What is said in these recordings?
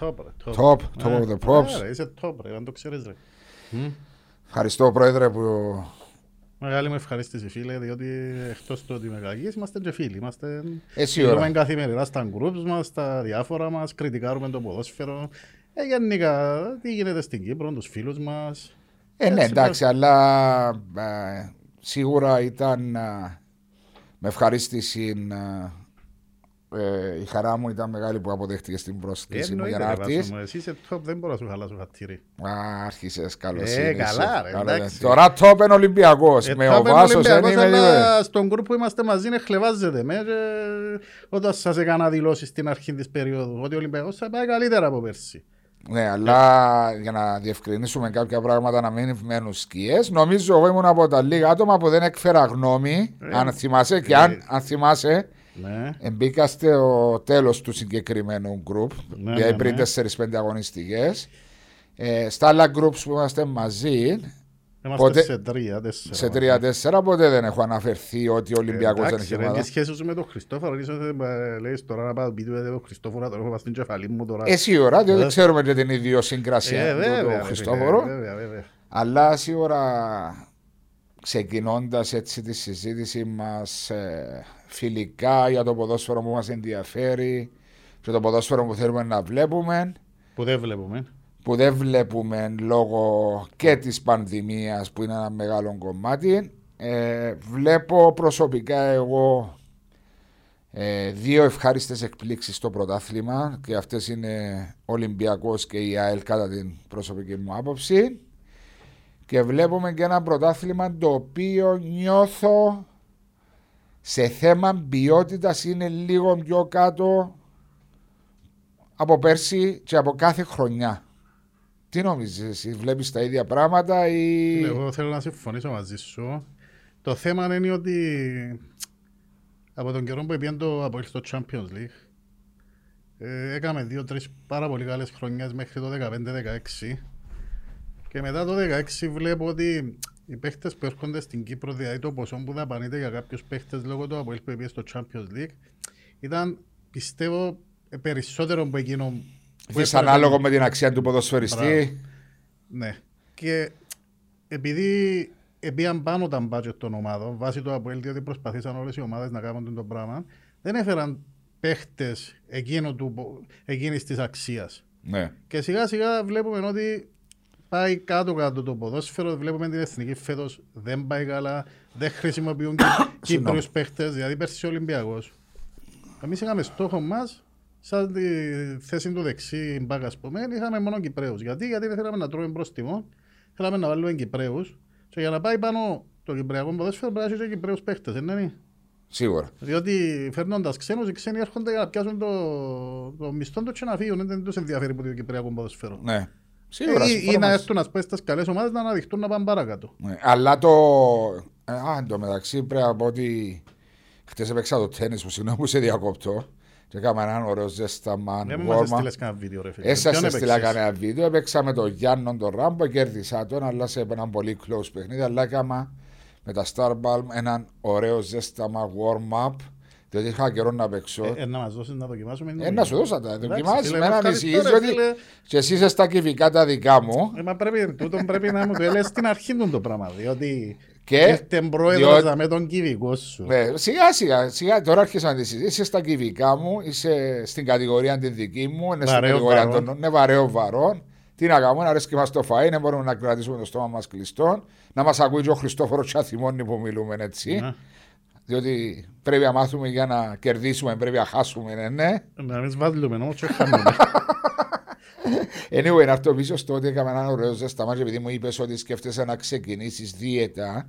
Top, ρε, Top, top of the props. Ε, ρε, Είσαι top, ρε, αν το ξέρεις, ρε. Ευχαριστώ, Πρόεδρε, που Μεγάλη μου ευχαρίστηση, φίλε, διότι εκτός του ότι με κακείς, είμαστε και φίλοι. Είμαστε... εσύ Μιλούμε Ε, ώρα. καθημερινά στα groups μας, στα διάφορα μας, κριτικάρουμε το ποδόσφαιρο. Ε, γενικά, τι γίνεται στην Κύπρο, τους φίλους μας. Ε, ναι, Έτσι, εντάξει, αλλά ε, σίγουρα ήταν ε, με ευχαρίστηση ε, ε, η χαρά μου ήταν μεγάλη που αποδέχτηκε την πρόσκληση μου για να Ε, Εννοείται, ρε, έρθεις. Βάσο μου, εσύ είσαι top, δεν μπορώ να σου χαλάσω χατήρι. Α, άρχισες, καλώς Ε, είναι, καλά, είσαι. ρε, Καλά, εντάξει. Τώρα top είναι Ολυμπιακός. Ε, με τα ο παίρνω Βάσος δεν Ολυμπιακός, είμαι αλλά τίποτε. ε, Στον γκρουπ που είμαστε μαζί είναι χλεβάζεται με και όταν σας έκανα δηλώσεις στην αρχή της περίοδου ότι ο Ολυμπιακός θα πάει καλύτερα από πέρσι. Ε, Ναι, αλλά για να διευκρινίσουμε κάποια πράγματα να μην μένουν σκιές, νομίζω εγώ ήμουν από τα λίγα άτομα που δεν έκφερα γνώμη. Ε, αν θυμάσαι, και ε. αν, αν θυμάσαι, Ναι. ε, μπήκα στο τέλος του συγκεκριμένου γκρουπ, Ναι, δηλαδή ναι, πριν ναι. 4-5 αγωνιστικές. Ε, στα άλλα groups που είμαστε μαζί, Είμαστε Πότε- σε τρία, τέσσερα. Ε, σε 3-4, ποτέ δεν έχω αναφερθεί ότι ο Ολυμπιακό δεν Εντάξει έχει ρε, είναι ομάδα. η σχέση σου με τον Χριστόφορο, ίσως ε, λες τώρα να πάω σπίτι με τον Χριστόφορο, να τον έχω στην κεφαλή μου τώρα. Εσύ ώρα, διότι Ε, ξέρουμε και την ε, ιδιοσυγκρασία βέβαια, του, ρε, του Χριστόφορου. φίλε, βέβαια, βέβαια. Αλλά σίγουρα ξεκινώντας έτσι τη συζήτηση μας ε, φιλικά για το ποδόσφαιρο που μας ενδιαφέρει και το ποδόσφαιρο που θέλουμε να βλέπουμε Που δεν βλέπουμε. που δεν βλέπουμε λόγω και της πανδημίας που είναι ένα μεγάλο κομμάτι ε, βλέπω προσωπικά εγώ ε, δύο ευχάριστες εκπλήξεις στο πρωτάθλημα και αυτές είναι Ολυμπιακός και η ΑΕΛ κατά την προσωπική μου άποψη και βλέπουμε και ένα πρωτάθλημα το οποίο νιώθω σε θέμα ποιότητας είναι λίγο πιο κάτω από πέρσι και από κάθε χρονιά. Τι νομίζεις εσύ, βλέπεις τα ίδια πράγματα ή... Ναι, Εγώ θέλω να συμφωνήσω μαζί σου. Το θέμα είναι ότι από τον καιρό που πήγαινε το Αποέλ στο Champions League ε, έκαμε δύο-τρεις πάρα πολύ καλές χρονιές μέχρι το 15-16 και μετά το 16 βλέπω ότι οι παίχτες που έρχονται στην Κύπρο δηλαδή το ποσό που δαπανείται για κάποιους παίχτες λόγω του Αποέλ που πήγε στο Champions League ήταν πιστεύω ε, περισσότερο από εκείνο που έπρεπε- Δυσανάλογο με την αξία του ποδοσφαιριστή. ναι. Και επειδή επίαν πάνω τα μπάτζετ των ομάδων, βάσει του Αποέλ, διότι προσπαθήσαν όλες οι ομάδες να κάνουν το πράγμα, δεν έφεραν παίχτες εκείνης της αξίας. Ναι. Και σιγά σιγά βλέπουμε ότι πάει κάτω-κάτω το ποδόσφαιρο. Βλέπουμε την εθνική φέτος δεν πάει καλά. Δεν χρησιμοποιούν Κύπριου παίχτες. Δηλαδή, πέρσι ο Ολυμπιακός. Εμείς είχαμε στόχο μας, σαν τη θέση του δεξί μπακ, ας πούμε, είχαμε μόνο Κυπρέους. Γιατί? Γιατί δεν θέλαμε να τρώμε μπροστιμό, θέλαμε να βάλουμε Κυπρέους. Και για να πάει πάνω το Κυπριακό ποδόσφαιρο, πρέπει να έχει και Κυπρέους παίχτες, δεν είναι. Σίγουρα. Διότι φέρνοντα ξένους, οι ξένοι έρχονται για να πιάσουν το, το μισθό τους και να φύγουν. Δεν τους ενδιαφέρει που το Κυπριακό ποδοσφαίρο. Ναι. Σίγουρα. Ε, ή- συμφωνώ ή να μαζί σου. έρθουν ας πούμε στις καλές ομάδες να αναδειχτούν να πάνε παρακάτω. Ναι, αλλά το. ε, Α, εν τω μεταξύ πρέπει να πω ότι χτες έπαιξα το τέννη που συγγνώμη που σε διακόπτω. Και έκανα έναν ωραίο ζέσταμα. Δεν warm-up. Ε, μας έστειλες κανένα βίντεο ρε φίλε. Έσα Ποιον σε στείλα έπαιξες? κανένα βίντεο. Έπαιξα με τον Γιάννον τον Ράμπο, κέρδισα τον, αλλά σε ένα πολύ close παιχνίδι. Αλλά έκανα με τα Starbalm έναν ωραίο ζέσταμα warm-up. Διότι Δηλαδή, είχα καιρό να παίξω. Ε, ε, να μας δώσεις να δοκιμάσουμε. είναι Ε, να νομίζω. σου δώσα τα. Εντάξει, Δοκιμάζει φίλε, με εγώ έναν ευχαριστώ, εσύ, ρε, διότι φίλε. και εσύ είσαι στα κυβικά τα δικά μου. Ε, μα πρέπει, τούτον πρέπει να μου το έλεγες στην αρχή του το πράγμα, διότι Και ήρθε πρόεδρος διότι- να με τον κυβικό σου. Ναι, σιγά σιγά, σιγά τώρα άρχισα να τη συζητήσω. Είσαι στα κυβικά μου, είσαι στην κατηγορία τη δική μου, είναι στην Βαρέων κατηγορία βαρών. των. Ναι, βαρέων βαρών. Τι να κάνουμε, αρέσει και μας το φαΐ, δεν μπορούμε να κρατήσουμε το στόμα μας κλειστό. Να μας ακούει και ο Χριστόφορος Τσαθημόνη που μιλούμε ναι, έτσι. Να- Διότι πρέπει να μάθουμε για να κερδίσουμε, πρέπει να χάσουμε, ναι. ναι. Να μην σβάδλουμε όμως και χάνουμε. Anyway, να έρθω πίσω στο ότι έκαμε έναν ωραίο ζεσταμά, και επειδή μου είπες ότι σκέφτεσαι να ξεκινήσεις δίαιτα.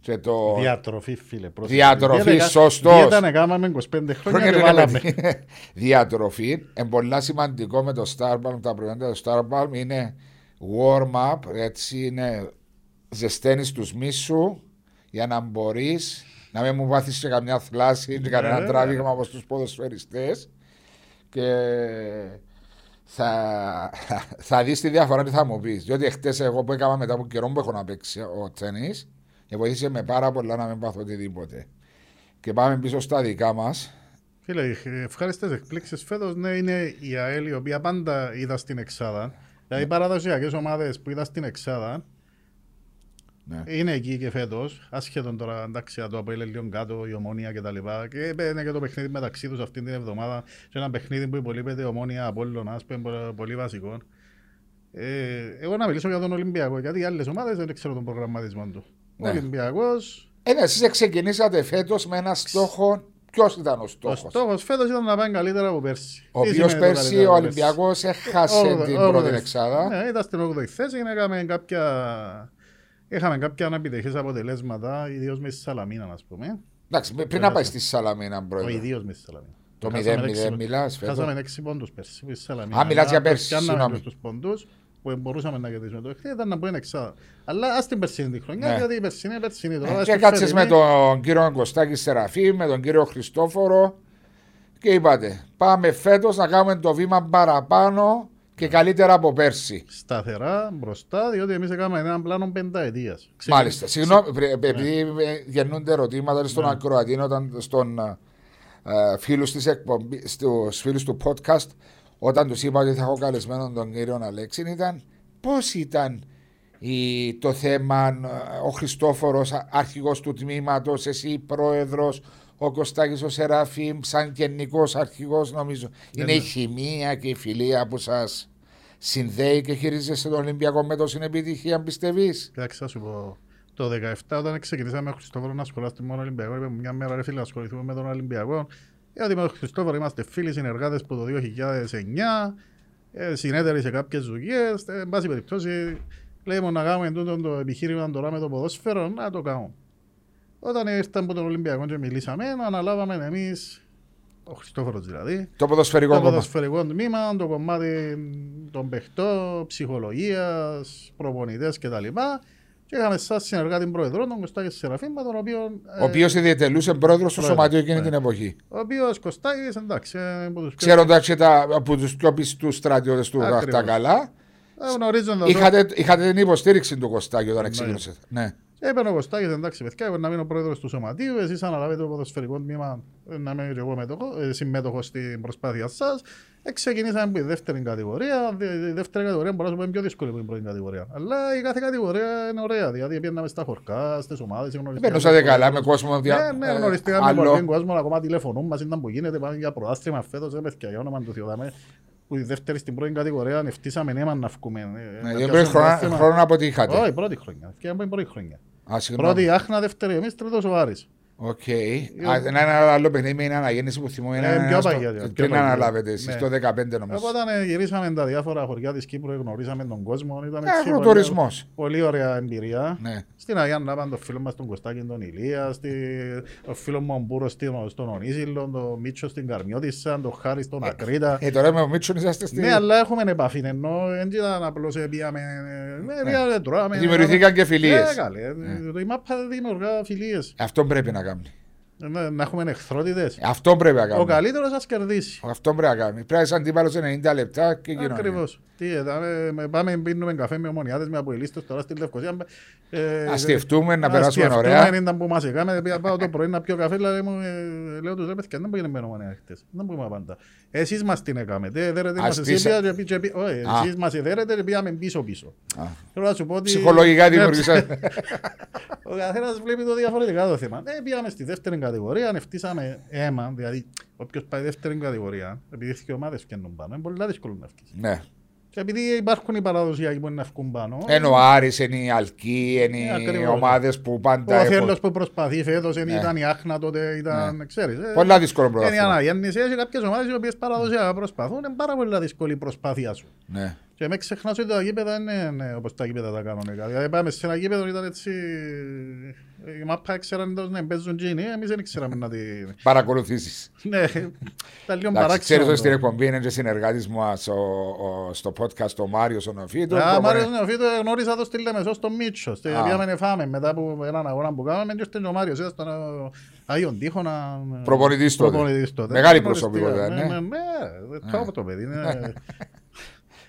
Και το... Διατροφή φίλε. πρόσεχε. Διατροφή, Δίαιτα- σωστός. Δίαιτα να κάναμε 25 χρόνια και Χρόνια βάλαμε. και λέμε, διατροφή. Είναι πολύ σημαντικό με το Starbalm, τα προϊόντα του Starbalm είναι warm-up, έτσι είναι ζεσταίνεις τους μίσου για να μπορείς να μην μου βάθεις σε καμιά θλάση ή κανένα Ναι. τράβηγμα όπως τους ποδοσφαιριστές και θα, θα δεις τη διαφορά τι θα μου πεις διότι χτες εγώ που έκανα μετά από καιρό που έχω να παίξει ο τέννις και βοήθησε με πάρα πολλά να μην πάθω οτιδήποτε και πάμε πίσω στα δικά μας Φίλε, οι ευχάριστες εκπλήξεις φέτος ναι, είναι η ΑΕΛ η οποία πάντα είδα στην Εξάδα. Δηλαδή, οι παραδοσιακές ομάδες που είδα στην Εξάδα Ναι. είναι εκεί και φέτος. Ασχέτων τώρα, εντάξει, το από λίγο κάτω, η ομόνια κτλ. Και έπαιρνε και το παιχνίδι μεταξύ τους αυτή την εβδομάδα. Σε ένα παιχνίδι που υπολείπεται ομόνια από που είναι πο- πολύ βασικό. Ε, εγώ να μιλήσω για τον Ολυμπιακό, γιατί οι άλλες ομάδες δεν ξέρω τον προγραμματισμό του. Ο Ναι. Ολυμπιακός, Ε, ναι, εσείς ξεκινήσατε φέτος με ένα στόχο. Ποιος ήταν ο ο στόχος. στόχος φέτος ήταν να πάει καλύτερα από πέρσι. Ο Τι οποίο σημαίνει το πέρσι καλύτερα ο από πέρσι? Ολυμπιακός έχασε Όγδοη- την όγδοη. πρώτη εξάδα. Ναι, ήταν στην 8η θέση και είχαμε κάποια, είχαμε κάποια αναπιτυχές αποτελέσματα, ιδίως μες τη Σαλαμίνα, ας πούμε. Εντάξει, με- πριν να πάει στη Σαλαμίνα, Ο πρώτη. ιδίως μες τη Σαλαμίνα. Το Χάσαμε 0-0 έξι- μιλάς, φέτος. Χάσαμε 6 πόντους πέρσι. Στη Σαλαμίνα. Α, μιλάς Αν για πέρσι, πιάναμε συγγνώμη. τους πόντους που μπορούσαμε να κερδίσουμε το παιχνίδι, ήταν να μπουν εξάδα. Αλλά ας την περσινή τη χρονιά, Ναι. γιατί η περσινή είναι περσινή. Τώρα, Ε, ας Και την κάτσε φετινή, με τον κύριο Κωστάκη Σεραφή, με τον κύριο Χριστόφορο και είπατε, πάμε φέτος να κάνουμε το βήμα παραπάνω και καλύτερα από πέρσι. Σταθερά μπροστά, διότι εμείς έκαναμε έναν πλάνο πενταετίας. Ξεκι- Μάλιστα. Συγγνώμη, πρε- Ναι. επειδή ε, γεννούνται ερωτήματα στον ακροατή, όταν στον ε, φίλους της εκπομπής, στους φίλους του podcast, όταν τους είπα ότι θα έχω καλεσμένο τον κύριο Αλέξη, ήταν πώς ήταν η, το θέμα ε, ο Χριστόφορος, α- αρχηγός του τμήματος, εσύ πρόεδρος, ο Κωστάκης ο Σεράφιμ, σαν γενικός αρχηγός νομίζω. Είναι η ναι. χημεία και η φιλία που σας συνδέει και χειρίζεσαι τον Ολυμπιακό με τόση επιτυχία, πιστεύεις. Κοιτάξτε, θα σου πω. Το 17 όταν ξεκινήσαμε με Χριστόφορο να ασχολάστε μόνο Ολυμπιακό, είπε μια μέρα ρε φίλε να ασχοληθούμε με τον Ολυμπιακό. Γιατί με τον Χριστόφορο είμαστε φίλοι συνεργάτες από το 2009, ε, συνέτεροι σε κάποιες δουλειές. Ε, εν πάση περιπτώσει, λέει μου να κάνουμε τούτο το επιχείρημα τώρα με το ποδόσφαιρο, να το κάνουμε. Όταν ήρθαμε από τον Ολυμπιακό και μιλήσαμε, αναλάβαμε εμείς, ο Χριστόφορος δηλαδή, Το ποδοσφαιρικό το κόμμα. ποδοσφαιρικό τμήμα, το κομμάτι των παιχτών, ψυχολογίας, προπονητές κτλ. Και είχαμε σαν συνεργάτη πρόεδρο τον Κωστάκη Σεραφήμα, τον οποίο. Ο οποίος ιδιαιτελούσε πρόεδρος στο ε, Πρόεδρος, σωματείο εκείνη ναι. την εποχή. ο οποίος Κωστάκης, εντάξει, ε, από τους πιο. Ξέροντας και τα, από τους πιο πιστούς στρατιώτες του Ακριβώς. αυτά καλά, ε, Γνωρίζοντας τον. είχατε, είχατε την υποστήριξη του Κωστάκη όταν ξεκίνησε. Ε, Ναι. Έπαιρνε ο Κωστάκης, εντάξει, παιδιά, εγώ να μείνω πρόεδρος του σωματείου, εσείς αναλάβετε το ποδοσφαιρικό τμήμα, ε, να είμαι και εγώ μετοχο- ε, συμμέτοχος στην προσπάθεια σας. Ε, ξεκινήσαμε από τη δεύτερη κατηγορία. Δε- Η δεύτερη κατηγορία μπορεί να σου πω είναι πιο δύσκολη από την πρώτη κατηγορία. Αλλά η κάθε κατηγορία είναι ωραία. Δηλαδή, πήγαμε στα χορκά, στις ομάδες, Περνούσατε καλά με κόσμο. Ναι, δια- ναι, ε, γνωριστήκαμε με άλλο. πολλοί κόσμο, ακόμα τηλεφωνούν μας, ήταν που γίνεται, πάμε για πρωτάθλημα φέτος, ρε παιδιά, για όνομα του Θεού, δάμε, που η δεύτερη στην πρώτη κατηγορία, νευτίσαμε νέμα να βγούμε. ε, Ναι, να την πρώτη πιάσουμε χρονιά- πρωτάθλημα. χρόνο από ότι είχατε. Όχι, πρώτη χρονιά, φτιάχνουμε πρώτη χρονιά. Α, συγγνώμη. Πρώτη άχνα, δεύτερη εμείς, τρίτος ο Άρης. Οκ. Α, Ένα άλλο παιχνίδι με είναι αναγέννηση που θυμούμαι. Ε, ένα- πιο ένα στο- παγιά, πιο Πριν παγιά. αναλάβετε εσείς, Ναι. το 2015 νομίζω. Οπότε ε, γυρίσαμε τα διάφορα χωριά της Κύπρου, γνωρίσαμε τον κόσμο, ήταν Ε, έτσι πολύ- Αγροτουρισμός. πολύ ωραία εμπειρία. Ναι. Στην Αγία Νάπαν τον φίλο μας τον Κωστάκη τον Ηλία, στη... ο φίλος μου ο Μπούρος στη- στον Ονίζηλο, τον Μίτσο στην Καρμιώτισσα, τον Χάρη στον Ακρίτα. Ε, τώρα με ο Μίτσον είσαστε στη. Ναι, αλλά έχουμε επαφή, ενώ δεν ήταν απλώς επίαμε, ε, ναι, πήγαμε, τρώαμε. Δημιουργηθήκαν Ε. και φιλίε. Ναι, καλέ. Το- Η μάπα δημιουργά φιλίες. Ε, Αυτό πρέπει να κάνει. Να να έχουμε εχθρότητες. Αυτό πρέπει να Ο κάνει. καλύτερος ας κερδίσει. Αυτό πρέπει να κάνει. Πρέπει να είσαι αντίπαλος 90 λεπτά και κοινωνία. Ακριβώς. Τι, εδάμε, με- πάμε πίνουμε καφέ με ομονιάδες, με αποελίστες τώρα στη Λευκοσία. Ε, Να σκεφτούμε, να Ας περάσουμε σκεφτούμε, ωραία. αν ήταν που μας έκαμε, πήγα πάω το πρωί να πιω καφέ, αλλά μου, ε, λέω τους ρε παιδιά, δεν μπορεί να μένω μόνοι χτες. Δεν μπορούμε πάντα. Εσείς μας την έκαμε. Δεν δέρετε Ας μας εσείς, πείσα- πήγα και πει- και πει- όχι, Α. εσείς μας εδέρετε και πήγαμε πίσω πίσω. Α. Θέλω να σου πω ότι... Ψυχολογικά Ναι, δημιουργήσατε. Ο καθένας βλέπει το διαφορετικά το θέμα. Ε, πήγαμε στη δεύτερη κατηγορία, ανεφτύσαμε αίμα, δηλαδή όποιος πάει δεύτερη κατηγορία, επειδή οι ομάδες φτιάχνουν πάνω, είναι πολύ δύσκολο να βγεις. ναι. Και επειδή υπάρχουν οι παραδοσιακοί που είναι να βγουν πάνω, Είναι ο Άρης, είναι η Αλκή, Ναι, είναι οι ακριβώς. ομάδες που ο πάντα Αθέλος έχουν. που προσπαθεί φέτος, είναι- Ναι. ήταν η Άχνα τότε, ήταν, ξέρεις. ε, Πολλά δύσκολο Είναι η πρωτάθλημα. αναγέννηση, έχει κάποιες ομάδες οι οποίες παραδοσιακά προσπαθούν, είναι πάρα πολύ δύσκολη η προσπάθεια σου. Ναι. Και με ξεχνάς ότι τα γήπεδα είναι ναι, όπως τα γήπεδα τα κανονικά. Δηλαδή πάμε σε ένα γήπεδο ήταν έτσι... ε, Η μάπα ξέραν ότι ναι, παίζουν τζίνι, εμείς δεν ξέραμε να τη... Παρακολουθήσεις. Ναι, ήταν λίγο Εντάξει, Ξέρεις παράξενο. ναι. ότι το. στην εκπομπή είναι και συνεργάτης μου ας, ο- ο- στο podcast ο Μάριος ο Νοφίτο. Α, που Μάριος έκανε- Νεοφίτο γνώρισα το στη Λεμεσό στο Μίτσο. Στη- Α. Πήγαμε να φάμε μετά από έναν αγώνα που κάναμε και ήρθε και ο Μάριος ήταν στον ε, Άγιον Τείχονα. ε, Προπονητής τότε. προπονητής τότε. Μεγάλη Γνωριστήκαμε. προσωπικότητα, ναι. Ναι, ναι, ναι, top το παιδί. είναι- ναι.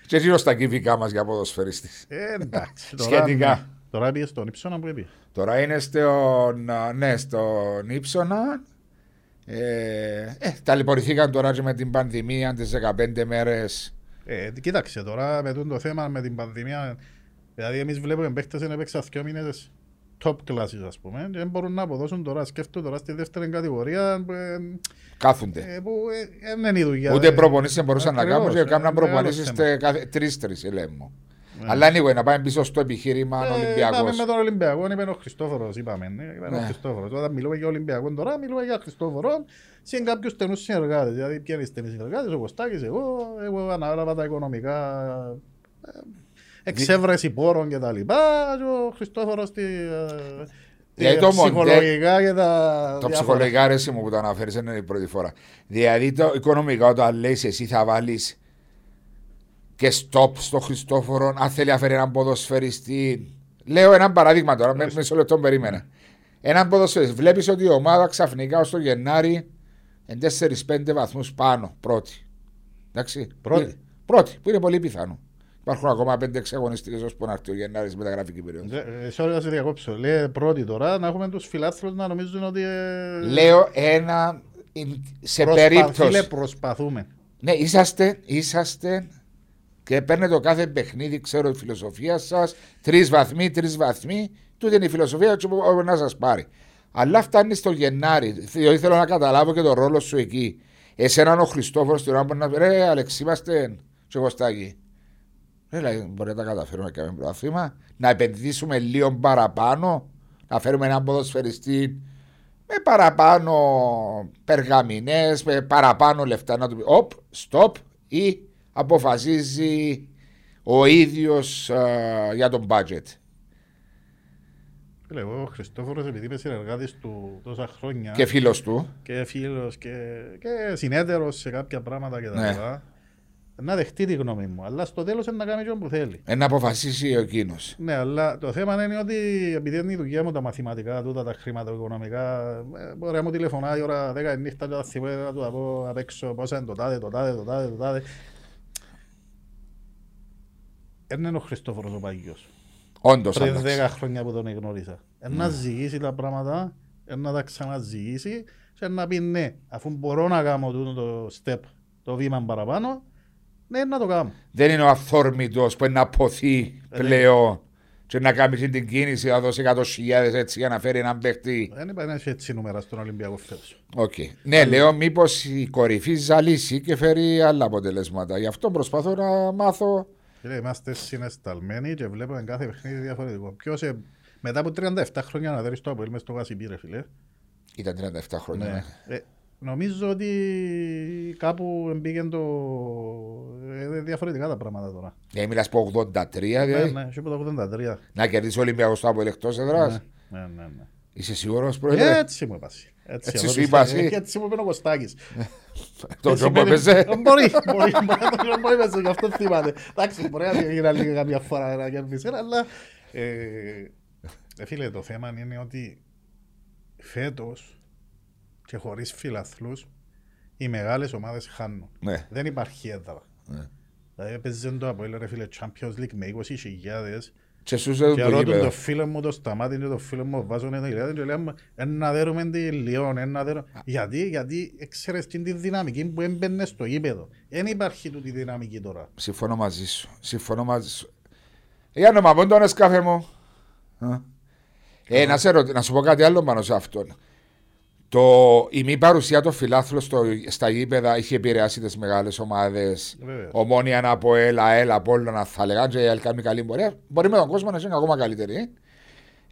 Και γύρω στα κυβικά μας για ποδοσφαιριστής. Ε, Εντάξει. Σχετικά. Τώρα, ναι. τώρα πήγε στον ύψονα που είπε. Τώρα είναι στον, ναι, στον Ήψονα Ε, ε, ταλαιπωρηθήκαν τώρα και με την πανδημία τις 15 μέρες Ε, κοίταξε τώρα με τούτο το θέμα με την πανδημία. Δηλαδή, εμείς βλέπουμε παίχτε να παίξαν δύο μήνες top classes, ας πούμε, και δεν μπορούν να αποδώσουν τώρα. Σκέφτομαι τώρα στη δεύτερη κατηγορία ε, κάθονται. ε, που ε, ε, δεν είναι η δουλειά. Ούτε ε, προπονήσεις δεν μπορούσαν να ακριβώς, κάνουν και ε, κάνουν μεγάλο προπονήσεις θέμα. τρεις-τρεις, λέει μου. Ναι. Αλλά anyway, να πάμε πίσω στο επιχείρημα Ε, Είπαμε Ολυμπιακός. με τον Ολυμπιακό, είπε ο Χριστόφορος, είπαμε. ναι, Είπε ο Ναι. Χριστόφορος. Όταν μιλούμε για Ολυμπιακό τώρα, μιλούμε για Χριστόφορο συν κάποιους στενούς συνεργάτες. Δηλαδή, ποιοι είναι οι στενοί συνεργάτες, ο Κωστάκης, εγώ, εγώ ανάλαβα τα οικονομικά ε, εξέβρεση πόρων και τα λοιπά, και ο Χριστόφορος τη, ε, Δηλαδή, τη το Μοντέ- ψυχολογικά και τα Το διάφορα. ψυχολογικά αρέσει μου που το αναφέρεις, δεν είναι η πρώτη φορά. Δηλαδή το οικονομικά όταν λες εσύ θα βάλεις και stop στο Χριστόφορο, αν θέλει να φέρει έναν ποδοσφαιριστή. Λέω ένα παράδειγμα τώρα, μες, μισό λεπτό περίμενα. Έναν ποδοσφαιριστή. Βλέπεις ότι η ομάδα ξαφνικά ως το Γενάρη εν 4-5 βαθμούς πάνω, πρώτη. Εντάξει. Πρώτη. Ε, Πρώτη, που είναι πολύ πιθανό. Υπάρχουν ακόμα 5-6 αγωνιστικές ώσπου να έρθει ο Γενάρης με τα γραφική περίοδο. Ε, Sorry να σε διακόψω. Λέει πρώτη τώρα να έχουμε τους φιλάθλους να νομίζουν ότι ε, Λέω ένα σε προσπα- περίπτωση. φίλε, προσπαθούμε. Ναι, είσαστε, είσαστε και παίρνετε το κάθε παιχνίδι, ξέρω η φιλοσοφία σας. Τρεις βαθμοί, τρεις βαθμοί. Τούτη είναι η φιλοσοφία του που να σας πάρει. Αλλά φτάνει στο Γενάρη. Διότι θέλω να καταλάβω και τον ρόλο σου εκεί. Εσέναν ο Χριστόφορος στην ώρα μπορεί να πει: Ρε, Αλεξ, είμαστε τσεγοστάκι. Ρε, λέει, μπορεί να τα καταφέρουμε και με πρωτάθλημα. Να επενδύσουμε λίγο παραπάνω. Να φέρουμε έναν ποδοσφαιριστή με παραπάνω περγαμηνές, με παραπάνω λεφτά να του πει «Οπ, stop» ή αποφασίζει ο ίδιος ε, για τον budget. Φίλε, εγώ ο Χριστόφορος επειδή είμαι συνεργάτης του τόσα χρόνια Και φίλος του. και φίλος και, και συνέτερος σε κάποια πράγματα και τα Ναι. λοιπά, να δεχτεί τη γνώμη μου, αλλά στο τέλος είναι να κάνει ό,τι που θέλει. ε, Να αποφασίσει εκείνος. Ναι, αλλά το θέμα είναι ότι επειδή είναι η δουλειά μου τα μαθηματικά, τούτα τα χρηματοοικονομικά, ε, μπορεί να μου τηλεφωνάει η ώρα 10 η νύχτα και να θυμώ να του τα πω απ' έξω πόσα είναι το τάδε, το τάδε, το τάδε, το τάδε. Δεν είναι ο Χριστόφορος ο Παγιός. Όντως. πριν 10 χρόνια που τον εγνώρισα. Ε, Να ζυγίσει τα πράγματα, ε, να τα ξαναζυγίσει και να πει ναι, αφού μπορώ να κάνω τούτο το step, το βήμα παραπάνω, ναι, να το κάνω. Δεν είναι ο αυθόρμητο που είναι να ποθεί πλέον και να κάνει αυτή την κίνηση, να δώσει 100.000 έτσι για να φέρει έναν παίχτη. Δεν είπα να έχει έτσι νούμερα στον Ολυμπιακό φέτος. Οκ. Ναι, λέω μήπως η κορυφή ζαλίσει και φέρει άλλα αποτελέσματα. Γι' αυτό προσπαθώ να μάθω. Φίλε, είμαστε συναισθαλμένοι και βλέπουμε κάθε παιχνίδι διαφορετικό. Ποιος, ε, μετά από 37 χρόνια να δέρεις το Αποέλ μες στο Γασιμπή, ρε φίλε. Ήταν 37 χρόνια. ναι. Ναι. Ε, νομίζω ότι κάπου μπήκε το... ε, διαφορετικά τα πράγματα τώρα. Ναι, μιλάς από 83, δηλαδή. Ναι, ναι, έχει από τα 83. Να κερδίσει ο Ολυμπιακός το από εκτός έδρας. Ναι, ναι, ναι. ναι. Ε, Είσαι σίγουρος, πρόεδρε. Έτσι μου είπασαι. Έτσι εγώ σου τη- είπα εσύ. Έτσι μου είπε ο Κωστάκης. το Έτσι τζόμπο είπε- Ε, έπαιζε. Μπορεί, μπορεί, μπορεί, μπορεί, μπορεί, έπαιζε, γι' αυτό θυμάται. Εντάξει, μπορεί να γίνει λίγο καμιά φορά να κερδίσει, αλλά... ε, ε, Φίλε, το θέμα είναι ότι φέτος και χωρίς φιλαθλούς οι μεγάλες ομάδες χάνουν. Ναι. Δεν υπάρχει έδρα. Ναι. Δηλαδή έπαιζε το Αποέλ, ρε φίλε, Champions League με 20.000 Και σου έδωσε και το ρώτουν το γήπεδο. φίλο μου το σταμάτη και το φίλο μου βάζουν το ηλιάδι και λέμε ένα δέρουμε τη Λιόν, ένα δέρουμε... Γιατί, γιατί ξέρεις την τη δυναμική που έμπαινες στο γήπεδο. Δεν υπάρχει τούτη δυναμική τώρα. Συμφωνώ μαζί σου. Συμφωνώ μαζί σου. Για να μαμώ τον σκάφε μου. Ε, Ε, να, σε ρωτη- να σου πω κάτι άλλο πάνω σε αυτόν. Το, η μη παρουσία των φιλάθλων στο- στα γήπεδα είχε επηρεάσει τις μεγάλες ομάδες. Βέβαια. Ομόνια από έλα, έλα, από όλα θα λέγανε. Και η ΑΕΛ κάνει καλή πορεία. Μπορεί με τον κόσμο να είναι ακόμα καλύτερη.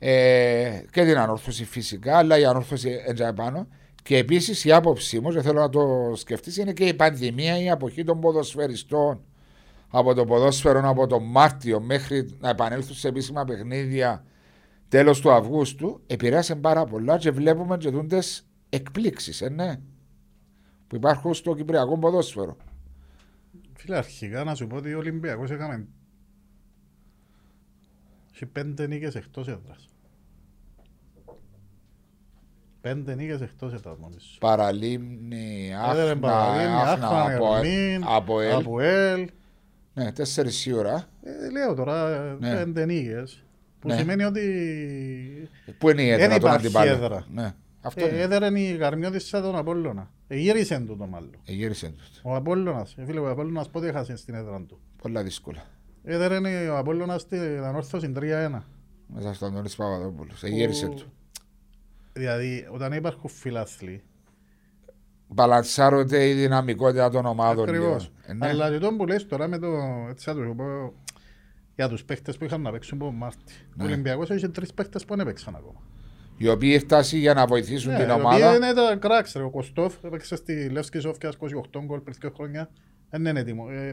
Ε, και την ανόρθωση φυσικά, αλλά η ανόρθωση έτσι επάνω. Και επίσης η άποψή μου, και θέλω να το σκεφτείς, είναι και η πανδημία, η αποχή των ποδοσφαιριστών από το ποδόσφαιρο από τον Μάρτιο μέχρι να επανέλθουν σε επίσημα παιχνίδια τέλος του Αυγούστου, επηρέασε πάρα πολλά και βλέπουμε και δούντε εκπλήξεις, ε, ναι, που υπάρχουν στο κυπριακό ποδόσφαιρο. Φίλε, αρχικά να σου πω ότι ο Ολυμπιακός έκαμε έχει πέντε νίκες εκτός έδρας. Πέντε νίκες εκτός έδρας μόνοι σου. Παραλίμνη, Έδερε Ε, Άχνα, Παραλίμνη, Άχνα, Άχνα, από, ε, Ερμήν, από ελ. Αποέλ. Ναι, τέσσερις ώρα. Ε, Λέω τώρα Ναι. πέντε νίκες. Που Ναι. σημαίνει ότι Πού είναι η Δεν έδρα των υπάρχει αντιπάλων. έδρα. Ναι. Αυτό Ε, είναι. έδερεν η Καρμιώτισσα τον Απόλλωνα. Ε, γύρισε του το μάλλον. Εγύρισε τους. Ο Απόλλωνας, ε, φίλε, ο Απόλλωνας πότε έχασε στην έδρα του. Πολλά δύσκολα. Έδερεν ε, ο Απόλλωνας την ανόρθωση 3-1. Μέσα στον Αντώνη Παπαδόπουλο. Εγύρισε Που- Ε, του. Δηλαδή, όταν υπάρχουν φιλάθλοι, Μπαλανσάρονται η δυναμικότητα των ομάδων. ακριβώς. λίγο. Ε, ναι. Αλλά και τον που λες τώρα με το, έτσι θα το πω, για τους παίχτες που είχαν να παίξουν από Μάρτι. Ναι. Ο Ολυμπιακός είχε τρεις παίχτες που δεν έπαιξαν ακόμα. Οι οποίοι φτάσει για να βοηθήσουν την Ναι, οι οποίοι ομάδα. είναι τα κράξ, ρε. Ο Κωστόφ έπαιξε στη Λεύσκη Σόφια 28 γκολ πριν δύο χρόνια. Δεν είναι έτοιμο. Ε,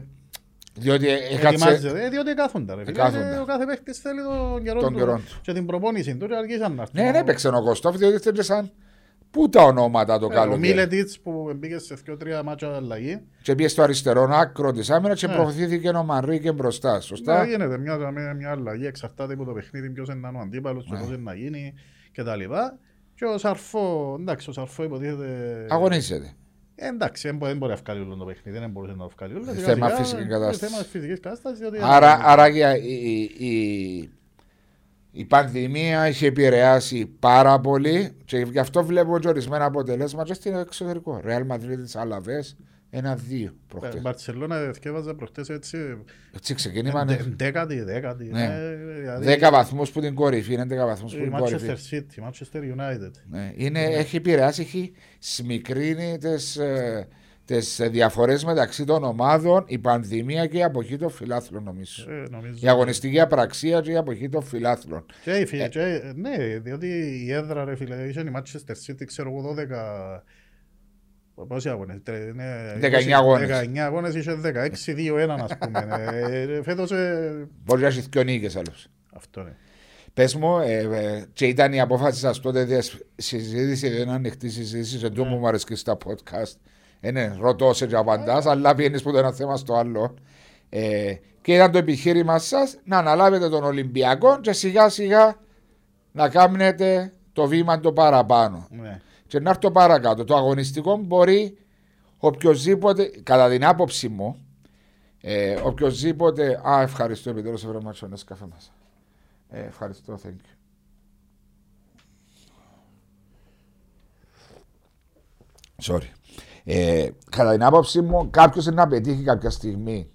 Διότι έκατσε. Ετοιμάζεται, ε, διότι κάθονταν. Ρε, φίλε. Εκάθονταν. Ε, Ο κάθε παίχτης θέλει τον καιρό Τον του. καιρό του. Και την προπόνηση του και αργήσαν να έρθουν. Ναι, δεν έπαιξε ο Κωστόφ, διότι θέλεσαν. Πού τα ονόματα το Ε, Ο καλοκαίρι. Μίλετιτς που μπήκε σε 2-3 μάτια αλλαγή. Και πήγε στο αριστερό άκρο της άμυνας και Ναι. προωθήθηκε ο Μαρίκε μπροστά. Ναι, Σωστά. γίνεται μια, μια, μια αλλαγή, εξαρτάται από το παιχνίδι, ποιος είναι ο αντίπαλος, Ναι. και πώς είναι να γίνει κτλ. Και ο Σαρφό, εντάξει, ο Σαρφό υποτίθεται... Αγωνίζεται. Ε, εντάξει, δεν μπο- δεν μπορεί να βγάλει όλο το παιχνίδι, δεν μπορούσε να το βγάλει όλο. Ε, Σιγά θέμα σιγά, φυσικής ε, κατάστασης. Θέμα φυσικής κατάστασης, Ε, διότι... Άρα, άρα για- η, η, η, η πανδημία έχει επηρεάσει πάρα πολύ και γι' αυτό βλέπω και ορισμένα αποτελέσματα και στην εξωτερικό. Ρεάλ Μαδρίτη Αλαβέ 1-2 Ε, προχτέ. Μπαρτσελώνα διασκεύαζα προχτές έτσι, Έτσι ξεκινήμανε. δέκατη, δέκατη. Ναι. ε, δηλαδή, 10 βαθμούς που την κορυφή, είναι 10 βαθμούς που Η την Manchester κορυφή. City, Manchester United. Ναι, είναι, έχει επηρεάσει, έχει σμικρύνει τις τις διαφορές μεταξύ των ομάδων, η πανδημία και η αποχή των φιλάθλων νομίζω. Ε, νομίζω. Η αγωνιστική απραξία και η αποχή των φιλάθλων. Και, η Ε. φι- και- ναι, διότι η έδρα, ρε φίλε, είχε η Manchester City, ξέρω εγώ, 12... Πόσοι αγώνες, τρε- ναι, 19 20 αγώνες. 19 αγώνες, είχες 16-2-1, ας πούμε. Ε, ε, Φέτος, ε, Μπορεί να έχεις και νίκες άλλως. αυτό ναι. είναι. Πες μου, ε, ε, και ήταν η απόφαση σας τότε διασ- συζήτηση, δεν είναι ανοιχτή συζήτηση, σε τούτο που μου αρέσει στα podcast. Ε, ναι, ρωτώ σε και απαντάς, αλλά πιένεις που το ένα θέμα στο άλλο. Ε, και ήταν το επιχείρημα σας να αναλάβετε τον Ολυμπιακό και σιγά σιγά να κάνετε το βήμα το παραπάνω. Ναι. Και να έρθω παρακάτω. Το αγωνιστικό μπορεί οποιοδήποτε, κατά την άποψη μου, ε, οποιοδήποτε. Α, ευχαριστώ επιτέλου, έβρε ματσονέ καφέ μα. Ε, ευχαριστώ, thank you. Sorry. Ε, κατά την άποψή μου, κάποιος είναι να πετύχει κάποια στιγμή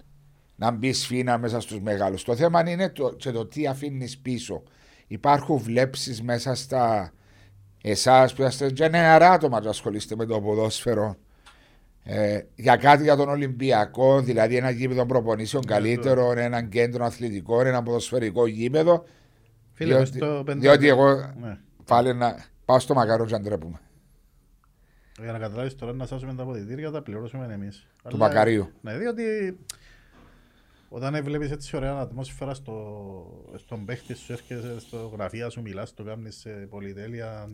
να μπει σφίνα μέσα στους μεγάλους. Το θέμα είναι το, και το τι αφήνεις πίσω. Υπάρχουν βλέψεις μέσα στα, εσάς που είστε και νεαρά άτομα που ασχολείστε με το ποδόσφαιρο, ε, για κάτι για τον Ολυμπιακό, δηλαδή ένα γήπεδο προπονήσεων καλύτερο, ένα κέντρο αθλητικό, ένα ποδοσφαιρικό γήπεδο. Φίλε, μες διότι, στο πέντε- διότι εγώ Ναι. πάλι να πάω στο μακαρό και να ντρέπουμε. Για να καταλάβεις τώρα να σάσουμε τα αποδητήρια, τα πληρώσουμε εμείς. Του Μακαρίου. Ναι, διότι όταν βλέπεις έτσι ωραία ατμόσφαιρα στο, στον παίχτη σου, έρχεσαι στο γραφείο σου, μιλάς, το κάνεις σε πολυτέλεια,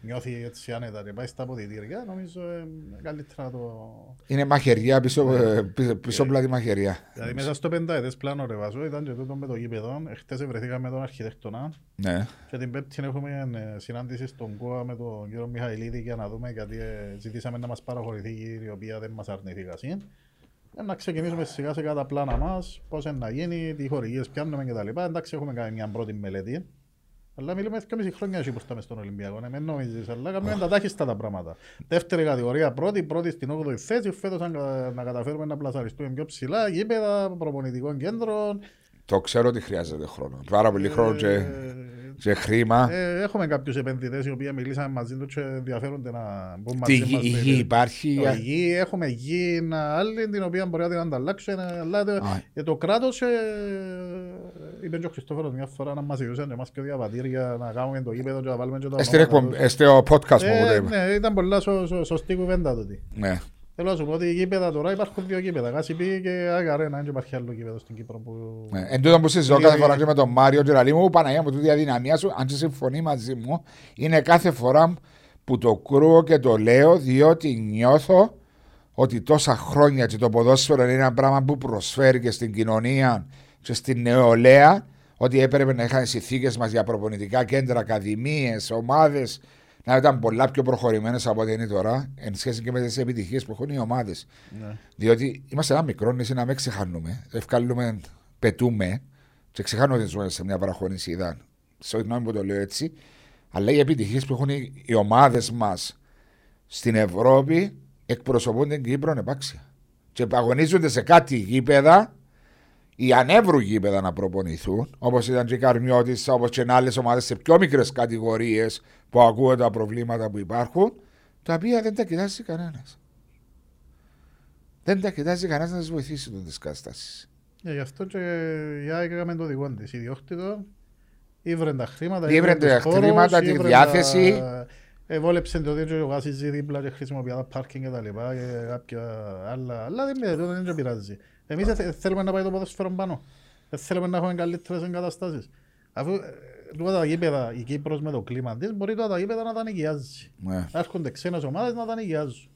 νιώθει έτσι άνετα και πάει στα αποδητήρια, νομίζω ε, καλύτερα να το... Είναι μαχαιριά, πίσω, Ναι. ε, πίσω, πίσω πλάτη μαχαιριά. Δηλαδή μέσα στο πενταετές πλάνο ρε βάζω, ήταν και τούτο με το γήπεδο, εχθές βρεθήκαμε με τον αρχιτέκτονα Ναι. και την Πέμπτη έχουμε ε, συνάντηση στον ΚΟΑ με τον κύριο Μιχαηλίδη για να δούμε γιατί ε, ζητήσαμε να μας παραχωρηθεί η γη, η οποία δεν μας αρνηθεί κασί. Ε, Να ξεκινήσουμε σιγά σιγά τα πλάνα μας, πώς είναι να γίνει, τι χορηγίες πιάνουμε κτλ. Εντάξει, έχουμε κάνει μια πρώτη μελέτη. Αλλά μιλούμε και μισή χρόνια εσύ που στάμε στον Ολυμπιακό. Ναι, μην νομίζεις, αλλά κάνουμε τα τάχιστα τα πράγματα. Δεύτερη κατηγορία, πρώτη, πρώτη στην 8η θέση. Φέτος αν κα- να καταφέρουμε να πλασαριστούμε πιο ψηλά, γήπεδα, προπονητικών κέντρων. Το ξέρω ότι χρειάζεται χρόνο. Πάρα πολύ χρόνο και, Ε, και χρήμα. ε, έχουμε κάποιους επενδυτές οι οποίοι μιλήσαμε μαζί τους και ενδιαφέρονται να μπουν Τι μαζί γη, μας. η Ε, γη υπάρχει. ε, η γη, έχουμε γη ε, άλλη την οποία μπορεί να την ανταλλάξουν, ε, αλλά το, Α. ε, το κράτος. είπε και ο Χριστόφορος μια φορά να μας ζητούσαν εμά και διαβατήρια να κάνουμε το γήπεδο και να βάλουμε και το. Ε, στην εκπομπ- ε, Στο podcast μου που το Ε, είπα. ναι, ήταν πολλά σω- σω- σωστή κουβέντα τούτη. Ναι. Θέλω να σου πω ότι οι γήπεδα τώρα υπάρχουν δύο γήπεδα. Γάσιπι και Αγαρένα, δεν υπάρχει άλλο γήπεδο στην Κύπρο που. Ναι. Εν τούτο που συζητώ κάθε Δηλαδή- φορά και με τον Μάριο Τζεραλί μου, Παναγία μου, τούτη η αδυναμία σου, αν και συμφωνεί μαζί μου, είναι κάθε φορά που το κρούω και το λέω, διότι νιώθω ότι τόσα χρόνια και το ποδόσφαιρο είναι ένα πράγμα που προσφέρει και στην κοινωνία και στην νεολαία, ότι έπρεπε να είχαν συνθήκες μας για προπονητικά κέντρα, ακαδημίες, ομάδες, να ήταν πολλά πιο προχωρημένες από ό,τι είναι τώρα, εν σχέση και με τις επιτυχίες που έχουν οι ομάδες. Ναι. Διότι είμαστε ένα μικρό νησί να μην ξεχάνουμε. Ευκάλουμε, πετούμε και ξεχάνουμε ότι ζούμε σε μια παραχώνηση ειδάν. Συγγνώμη που το λέω έτσι. Αλλά οι επιτυχίες που έχουν οι, οι ομάδες μας στην Ευρώπη εκπροσωπούν την Κύπρο επάξια. Και επαγωνίζονται σε κάτι γήπεδα, οι ανέβρου γήπεδα να προπονηθούν, όπως ήταν και η Καρμιώτησα, όπως και άλλες ομάδες σε πιο μικρές κατηγορίες που ακούω τα προβλήματα που υπάρχουν, τα οποία δεν τα κοιτάζει κανένας. Δεν τα κοιτάζει κανένας να τις βοηθήσει τον καταστάσεις. Ε, γι' αυτό και η ΑΕΚ έκαμε το δικό της. Ιδιόκτητο, ήβρε τα χρήματα, Ήβρε τα τους χρήματα, χώρους, τη ήβρε διάθεση. τα- Εβόλεψε το τέτοιο και ο Γάσης δίπλα και χρησιμοποιά τα πάρκινγκ και τα λοιπά και κάποια άλλα. Αλλά δεν με δεν το πειράζει. Εμείς δεν θε- θέλουμε να πάει το ποδόσφαιρο πάνω. Δεν θέλουμε να έχουμε καλύτερες εγκαταστάσεις. Αφού ε, τούτα τα γήπεδα, η Κύπρος με το κλίμα της, μπορεί τούτα τα γήπεδα να τα νοικιάζει. Ναι. Να έρχονται ξένες ομάδες να τα νοικιάζουν.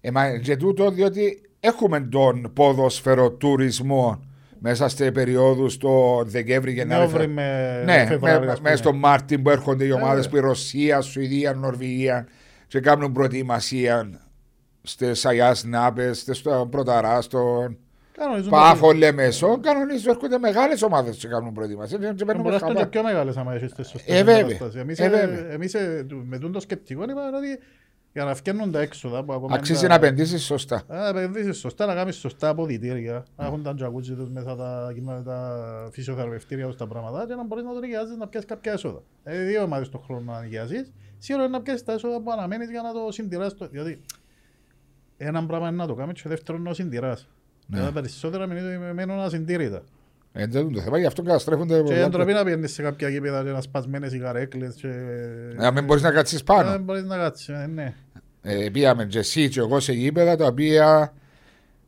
Ε, μα και τούτο διότι έχουμε τον ποδοσφαιροτουρισμό μέσα σε περιόδους το Δεκέμβρη και Νεόβρη με Ναι, Φεβρουάριο, με- ας μέσα πούμε. Ναι, στο Μάρτιν που έρχονται οι ομάδες βέβαια. που η Ρωσία, Σουηδία, Νορβηγία και κάνουν προετοιμασία στις Αγιάς Νάπες, στο Πρωταρά, στον Κανονίζουν τα Πάφο, Λεμεσό. Κανονίζουν έρχονται μεγάλες ομάδες και κάνουν προετοιμασία. και- και παίρνουμε Μπορεί να έρθουν χαμπάρι. και πιο μεγάλες άμα έχεις τις σωστές Ε, βέβαια. εγκαταστάσεις. Εμείς, Ε, ε, βέβαια. εμείς ε, του- με τούν το σκεπτικό είπαμε ότι για να φτιάχνουν τα έξοδα που ακόμα Αξίζει είναι να τα- επενδύσεις σωστά. Α, επενδύσεις σωστά, να κάνεις σωστά αποδητήρια, να έχουν τα τζακούτσι τους μέσα τα, κοινά- τα φυσιοθεραπευτήρια τους τα πράγματα και να μπορείς να το νοικιάζεις να πιάσεις κάποια έσοδα. Δηλαδή δύο ομάδες το χρόνο να νοικιάζεις, σίγουρα είναι να πιάσεις τα έσοδα που αναμένεις για να το συντηράς. Το, διότι ένα πράγμα είναι να το κάνεις και δεύτερον να το συντηράς. Ναι. Ναι. Τα περισσότερα μην- μένουν ασυντήρητα. Ε, δεν είναι το θέμα, γι' αυτό καταστρέφονται. Και πολλά- εντροπή να πιένεις σε κάποια γήπεδα και να σπασμένες οι καρέκλες και... Να μην μπορείς να κάτσεις Ε, πάνω. Δεν μπορείς να κάτσεις, ε, ναι. Ε, πήγαμε και εσύ και εγώ σε γήπεδα τα οποία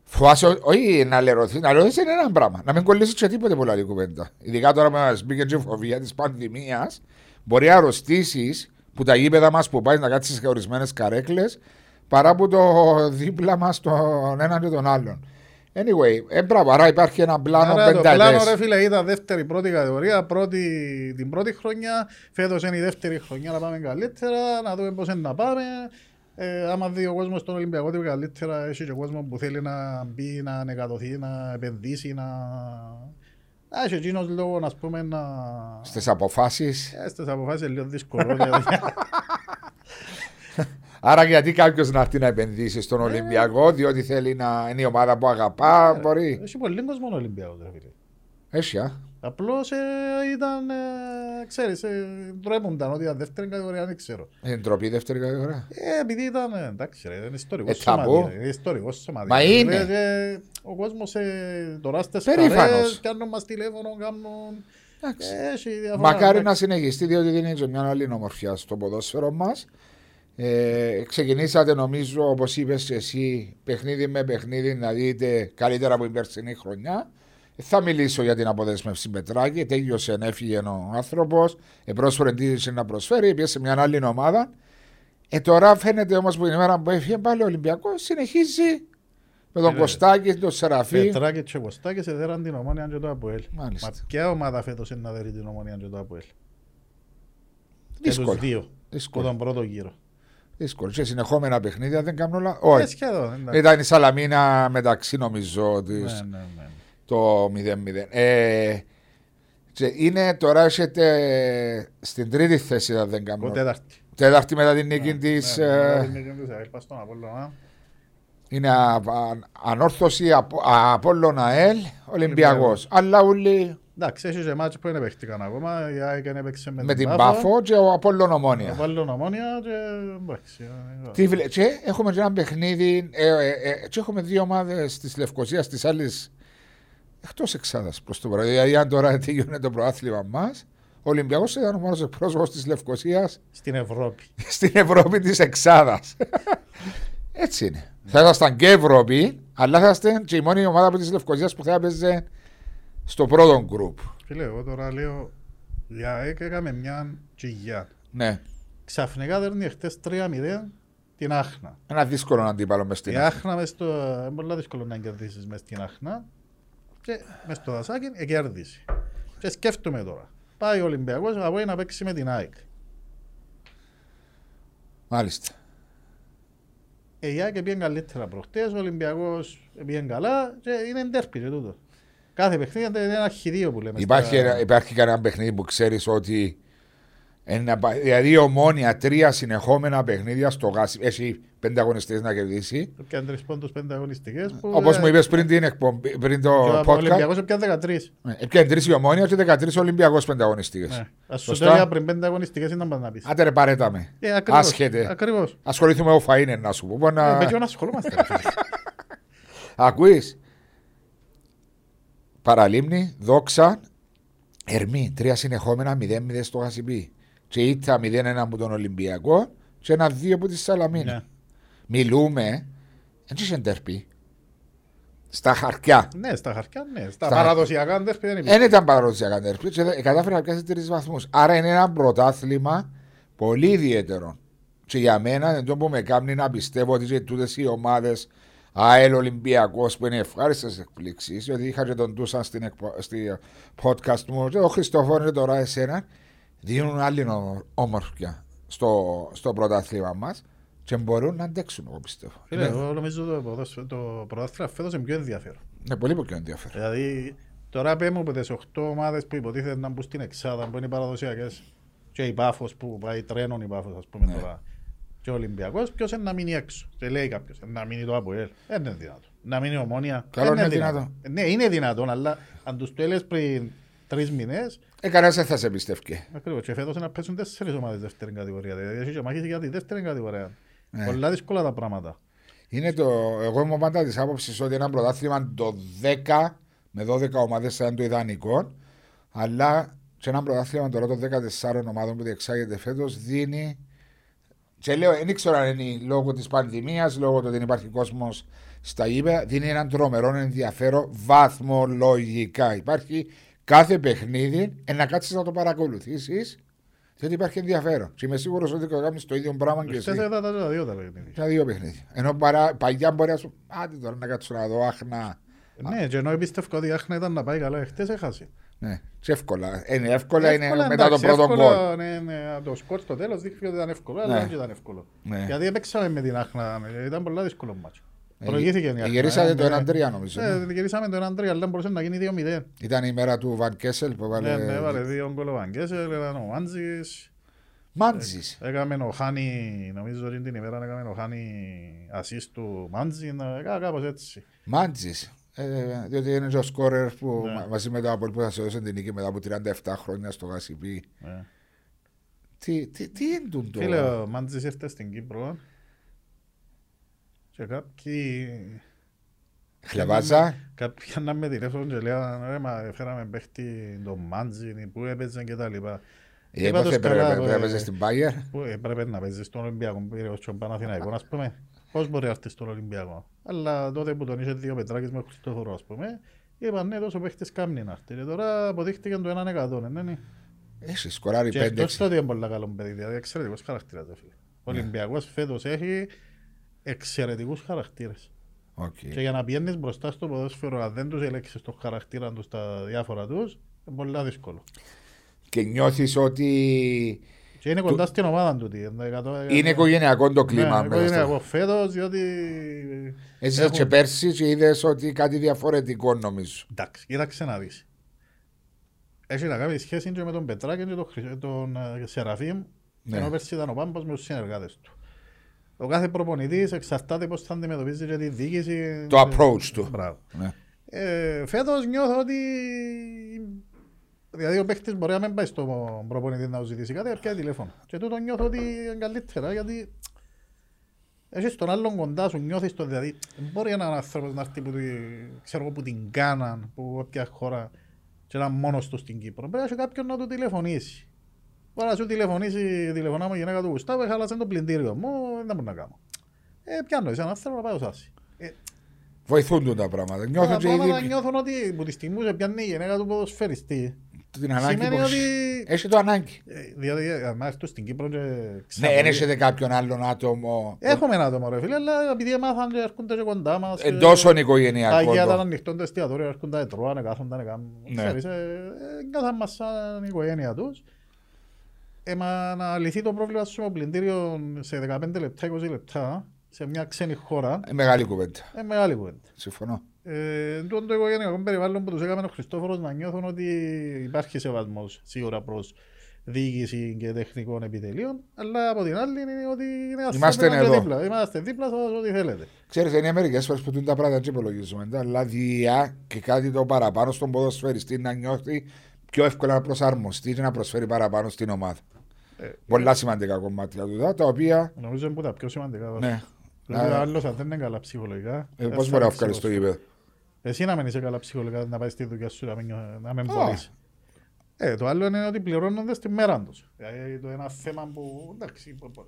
φοβάσαι, ό- όχι να λερωθείς, να λερωθείς είναι ένα πράγμα. Να μην κολλήσεις και τίποτε πολλά άλλη κουβέντα. Ειδικά τώρα που μας μπήκε και η φοβία της πανδημίας, μπορεί να αρρωστήσεις που τα γήπεδα μας που πάεις να κάτσεις σε ορισμένες καρέκλες παρά που το δίπλα μας τον έναν και τον άλλον. Anyway, ε, μπράβο, άρα υπάρχει ένα πλάνο Άρα το πλάνο ρε πενταετέ. φίλε ήταν δεύτερη πρώτη κατηγορία, πρώτη, την πρώτη χρονιά, φέτος είναι η δεύτερη χρονιά να πάμε καλύτερα, να δούμε πώς είναι να πάμε. Ε, άμα δει ο κόσμος τον Ολυμπιακό ότι καλύτερα, έχει και κόσμος που θέλει να μπει, να ανεκατοθεί, να επενδύσει, να... Να έχει εκείνος λόγο να πούμε να... Στις αποφάσεις. Ε, Στις αποφάσεις είναι λίγο δύσκολο. δηλαδή. Άρα, γιατί κάποιος να έρθει να επενδύσει στον Ολυμπιακό, διότι θέλει να είναι η ομάδα που αγαπά, μπορεί. Έχει πολύ κόσμο ο Ολυμπιακός ρε φίλε. Έχει, α. Απλώς ε, ήταν, ε, ξέρεις, ε, ντρέπονταν ότι ήταν δεύτερη κατηγορία, δεν ξέρω. Είναι Ε, ντροπή δεύτερη κατηγορά. Ε, επειδή ήταν, ε, εντάξει ρε, είναι ιστορικό Ε, σωματείο, ταμπού. είναι ιστορικό σωματείο. Μα Ε, είναι. ε, ο κόσμος ε, τώρα στις Περήφανος. παρέες, κάνουν μας τηλέφωνο, κάνουν... Ε, έχει διαφορά, Μακάρι να εντάξει. συνεχιστεί, διότι δίνει και μια άλλη ομορφιά στο ποδόσφαιρο μας. Ε, ξεκινήσατε, νομίζω, όπως είπες εσύ, παιχνίδι με παιχνίδι να δείτε καλύτερα από την περσινή χρονιά. Ε, Θα μιλήσω για την αποδέσμευση Πετράκη. Τέλειωσε, έφυγε ο άνθρωπος. Ε, πρόσφερε τι είχε να προσφέρει, πήγε σε μια άλλη ομάδα. Ε, τώρα φαίνεται όμως που η μέρα που έφυγε πάλι ο Ολυμπιακός συνεχίζει με τον Ε, Κωστάκη, τον Σεραφή. Πετράκη και Κωστάκης εδέραν την Ομόνια και το Αποέλ. Μάλιστα. Μα ποια ομάδα φέτος είναι να δέρει την Ομόνια και το Αποέλ. Και τους Δύσκολο. δύο, από Δύσκολο. τον πρώτο γύρο. Δύσκολο. Και συνεχόμενα παιχνίδια δεν κάνουν όλα. Ε, Όχι. σχεδόν, εντάξει. Ήταν η Σαλαμίνα μεταξύ νομίζω της Ναι, ναι, ναι. το 0-0. Ε, και είναι τώρα έχετε στην τρίτη θέση αν δεν κάνω. Ο λάθος. τέταρτη. Τέταρτη μετά την νίκη της. Ναι, μετά ε, την νίκη της ΑΕΛ, πας στον Απόλλωνα. Είναι α- α- ανόρθωση από Απόλλων ΑΕΛ Ολυμπιακός. Αλλά όλοι Εντάξει, έχεις και μάτσο που δεν παίχτηκαν ακόμα. Η ΑΕΚ δεν έπαιξε με την Πάφο και ο Απόλλων Ομόνια. Βάλουν ομόνια και εντάξει. ε, Τι βλέ- Και έχουμε και ένα παιχνίδι. Ε, ε, ε, και έχουμε δύο ομάδες της Λευκοσίας, της άλλης. Εκτός Εξάδας προς το παρόν. Δηλαδή, αν τώρα τελειώνει το προάθλημα μας, ο Ολυμπιακός ήταν ο μόνος εκπρόσωπος της Λευκοσίας Στην Ευρώπη. στην Ευρώπη της Εξάδας. Έτσι είναι. Θα ήσασταν και Ευρώπη, αλλά θα ήσασταν και η μόνη ομάδα από τη Λευκοσίας που θα έπαιζε στο πρώτο γκρουπ. Φίλε, εγώ τώρα λέω, για ΑΕΚ έκαμε μια τσιγιά. Ναι. Ξαφνικά δέρνει χτες 3-0 την Άχνα. Ένα δύσκολο αντίπαλο μες στην. Η Άχνα μες στο... ε, Είναι πολύ δύσκολο να κερδίσεις μες στην Άχνα. Και μες στο δασάκι εκέρδισε. Και σκέφτομαι τώρα. Πάει ο Ολυμπιακός από εκεί να παίξει με την ΑΕΚ. Μάλιστα. Ε, Η ΑΕΚ πήγαινε καλύτερα προχτές, ο Ολυμπιακός πήγαινε καλά και είναι ντέρπι και τούτο. Κάθε παιχνίδι είναι ένα χειρίο που λέμε. Υπάρχει, στα- ένα- υπάρχει κανένα παιχνίδι που ξέρεις ότι Ε, να πα- δηλαδή η ομόνια τρία συνεχόμενα παιχνίδια στο γάσι. Έχει πέντε αγωνιστές να κερδίσει. Πιάνε τρεις πόντους, πέντε αγωνιστικές. που, Όπως ε, μου είπες πριν, την εκπομπή, πριν το Ο podcast. Ολυμπιακός έπιανε 13. Ναι, Έπιανε τρεις η ομόνια και 13 Ολυμπιακό πενταγωνιστικέ. Ναι. Ας σου Σωστά. το έλεγα πριν πέντε αγωνιστικές ήταν πάντα να πεις. Άντε ρε παρέταμε. Ε, ακριβώς, Άσχετε. Ακριβώς. Ασχοληθούμε με ο Φαΐνε να σου πω. Μπορεί Ε, να- Με ποιον ασχολούμαστε. ρε φίλε. Ακούεις. Παραλίμνη, δόξα, ερμή. Τρία συνεχόμενα 0-0 στο Χασιμπή. Και ήττα 0-1 από τον Ολυμπιακό και ένα 2 από τη Σαλαμίνα. Ναι. Μιλούμε, δεν είσαι ντερπή. Στα χαρτιά. Ναι, στα χαρτιά, ναι. Στα Στα- Ε, ναι. παραδοσιακά ντέρπι δεν Δεν υπήρχε. ήταν παρόντια ντερπή και δε- κατάφερε να πιάσει τρεις βαθμούς. Άρα είναι ένα πρωτάθλημα πολύ ιδιαίτερο. Και για μένα δεν το που με κάνει να πιστεύω ότι και τούτες οι ομάδες ΑΕΛ Ολυμπιακός που είναι ευχάριστες εκπλήξεις, διότι είχα και τον Τούσαν στην εκπο- στη podcast μου, και ο Χριστοφόρο και τώρα εσένα, δίνουν άλλη ομο- ομορφιά στο, στο πρωτάθλημα μας και μπορούν να αντέξουν, εγώ πιστεύω. Φίλε, Είναι, Εγώ νομίζω το, ποδόσφαιρο- το πρωτάθλημα φέτος είναι πιο ενδιαφέρον. είναι πολύ πιο ενδιαφέρον. Δηλαδή, τώρα πέμω από τις 8 ομάδες που υποτίθεται να μπουν στην εξάδα, που είναι οι παραδοσιακές, και η Πάφος που πάει τρένον η Πάφος, ας πούμε Ναι. τώρα. Και ο Ολυμπιακός, ποιος είναι να μείνει έξω. Και λέει κάποιος, ε, να μείνει το ΑΠΟΕΛ. Δεν είναι δυνατό. Να μείνει η Ομόνια. Καλό Δεν είναι δυνατόν. δυνατόν. Ναι, είναι δυνατόν, αλλά αν τους το έλεγες πριν τρεις μήνες, Ε, κανένας δεν θα σε εμπιστεύει. Ακριβώς. Και φέτος να παίζουν τέσσερις ομάδες δεύτερη κατηγορία. Δηλαδή, έχει και μάχες για τη δεύτερη κατηγορία. Ναι. Πολλά δύσκολα τα πράγματα. Είναι το, εγώ είμαι πάντα της άποψης ότι ένα πρωτάθλημα το 10 με 12 ομάδες θα είναι το ιδανικό. Αλλά σε ένα πρωτάθλημα τώρα των 14 ομάδων που διεξάγεται φέτος δίνει. Και λέω, δεν ήξερα αν είναι λόγω της πανδημίας, λόγω του ότι δεν υπάρχει κόσμος στα γήπεδα, δίνει έναν τρομερό ενδιαφέρον βαθμολογικά. Υπάρχει κάθε παιχνίδι, ε, να κάτσεις να το παρακολουθήσεις, διότι υπάρχει ενδιαφέρον. Και είμαι σίγουρος ότι θα κάνει το ίδιο πράγμα και εσύ. Χθες είδα τα τα δύο τα παιχνίδια. Ήταν δύο παιχνίδια. Ενώ παρά, παλιά μπορεί να σου άντε τώρα να κάτσω να δω άχνα. Ναι, και ενώ εμπίστευκα ότι η Άχνα ήταν να πάει καλά, χτες έχασε. Ναι, και εύκολα. Είναι εύκολα, είναι Εύκολα, μετά τον εντάξει, πρώτο γκολ. εύκολα, Ναι, ναι, το σκορ στο τέλος δείχνει ότι ήταν εύκολο, αλλά Ναι. δεν ήταν εύκολο. Ναι. Γιατί έπαιξαμε με την Άχνα, ε, ήταν πολύ δύσκολο μάτσο. Ε, Προηγήθηκε η Άχνα. γυρίσατε ε, το ε, 1-3 νομίζω, ε, ναι. ε, Γυρίσαμε το 1-3, αλλά μπορούσε να γίνει 2-0. Ήταν η μέρα του Βαν Κέσσελ που Ναι, ναι, έβαλε. έβαλε δύο γκολ ο Βαγκέσελ, ήταν ο Μάντζης. Μάντζης. Έκαμε ο Χάνι, νομίζω ότι την ημέρα έκαμε ο Χάνι ασίστ του Μάντζη, να- κά- κάπως έτσι. Μάντζης. Ε, διότι είναι και ο σκόρερ που Ναι. μα- μαζί με τον Απόλυ που θα σε δώσουν την νίκη μετά από 37 χρόνια στο Γασιμπή. Ε. Τι, τι, τι είναι τούτο, Φίλε, ο Μάντζης ήρθε στην Κύπρο και κάποιοι Χλεβάζα. Κάποιοι να με τηλέφωνο και λέγανε ρε μα φέραμε παίχτη τον Μάντζινι που έπαιζε και τα λοιπά. Είπα τους Έπαθε καλά, πρέπει ε, πρέπει να είσαι στην Πάγερ. Που έπρεπε να παίζει στον Ολυμπιακό, πήρε ως τον Παναθηναϊκό ας πούμε. Πώς μπορεί να έρθει στον Ολυμπιακό. Αλλά τότε που τον είχε δύο πετράκες με Χριστόφορο ας πούμε, είπαν ναι τόσο παίχτης κάμνη να έρθει. Και τώρα αποδείχτηκαν το έναν εκατό, ναι, ναι, ναι. Έχει σκοράρει Και εκτός 5-6. το ότι είναι πολύ καλό παιδί, δηλαδή εξαιρετικός χαρακτήρας. ρε φίλε. Ναι. Ο Ολυμπιακός φέτος έχει εξαιρετικούς χαρακτήρες. Οκ. Και για να πιένεις μπροστά στο ποδόσφαιρο, αν δεν τους ελέγξεις το χαρακτήρα τους τα διάφορα τους, είναι πολύ δύσκολο. Και νιώθεις ότι Και είναι κοντά στην ομάδα του. τι, είναι εκατό- Είναι οικογενειακό το Ε, Ναι, κλίμα. μέσα στο- οικογενειακό φέτος, διότι... Έτσι Έχουν- και πέρσι και είδες ότι κάτι διαφορετικό νομίζω. Εντάξει, κοίταξε να δεις. Έχει να κάνει σχέση και με τον Πετράκη και τον, Χρυσ- τον ε, Σεραφείμ, Ναι. ενώ πέρσι ήταν ο Πάμπας με τους συνεργάτες του. Ο κάθε προπονητής εξαρτάται πώς θα αντιμετωπίζει και τη διοίκηση. Το approach του. Μπράβο. Ναι. Ε, φέτος νιώθω ότι. Δηλαδή ο παίχτης μπορεί να μην πάει στον προπονητή να του ζητήσει κάτι, αλλά πιάνει τηλέφωνο. Και τούτο νιώθω ότι είναι καλύτερα γιατί. Έχεις τον άλλον κοντά σου, νιώθεις τον δηλαδή. δεν Μπορεί έναν άνθρωπος να έρθει που, τη- ξέρω, εγώ, που την κάναν, που όποια χώρα, και να είναι μόνος του στην Κύπρο. Πρέπει να έχει κάποιον να του τηλεφωνήσει. Μπορεί να σου τηλεφωνήσει, τηλεφωνά μου η γυναίκα του Γουστάβου, έχαλασε το πλυντήριο μου, δεν μπορώ να κάνω. Ε, πιάνω εσένα άνθρωπο να πάω σάση. Ε, Βοηθούν του τα πράγματα. Νιώθουν τα και πράγματα ήδη νιώθουν ότι που τη στιγμή που πιάνει η γυναίκα του ποδοσφαιριστή. την ανάγκη Σημαίνει που ότι. Έχει το ανάγκη. Ε, Δηλαδή, αν έρθω στην Κύπρο και Ναι, ξαφνικά- δεν έχετε κάποιον άλλον άτομο Έχουμε ένα άτομο ρε φίλε, αλλά επειδή έμαθαν και έρχονται και κοντά μας. ε, εντό Τα οικογενειακό. αγία το. ήταν ανοιχτό το εστιατόριο, έρχονται, ε, τρώανε, κάθονταν, έκαναν. Ναι. Ξέρεις, ε, ε, νιώθαν μας σαν οικογένεια τους. Ε, μα να λυθεί το πρόβλημα σου με πλυντήριο σε 15 λεπτά, 20 λεπτά, σε μια ξένη χώρα, Ε, Μεγάλη κουβέντα. ε, μεγάλη κουβέντα. Συμφωνώ. Ε, εν τούτον το οικογενειακό περιβάλλον που τους έκαμε ο Χριστόφορος να νιώθουν ότι υπάρχει σεβασμός σίγουρα προς διοίκηση και τεχνικών επιτελείων, αλλά από την άλλη είναι ότι είναι Είμαστε ασθένεια και εδώ. δίπλα. Είμαστε δίπλα σας ό,τι θέλετε. Ξέρεις, είναι μερικέ φορές που τούν τα πράγματα και υπολογίζουμε. τα, Αλλά διά και κάτι το παραπάνω στον ποδοσφαιριστή να νιώθει πιο εύκολα να προσαρμοστεί και να προσφέρει παραπάνω στην ομάδα. Ε, Πολλά σημαντικά κομμάτια του τα οποία. Νομίζω είναι που τα πιο σημαντικά. βάζω. Ναι. Δηλαδή, Να- ο άλλος αν δεν είναι καλά ψυχολογικά. Ε, δεν Πώ θα μπορεί να είναι βγάλεις το ψυχος. γήπεδο. Εσύ να μην είσαι καλά ψυχολογικά, να πάει στη δουλειά σου, να μην, νιώ- να μην Α. μπορείς. Ε, το άλλο είναι ότι πληρώνονται στη μέρα τους. Δηλαδή, το ένα θέμα που, εντάξει, μπο- μπο-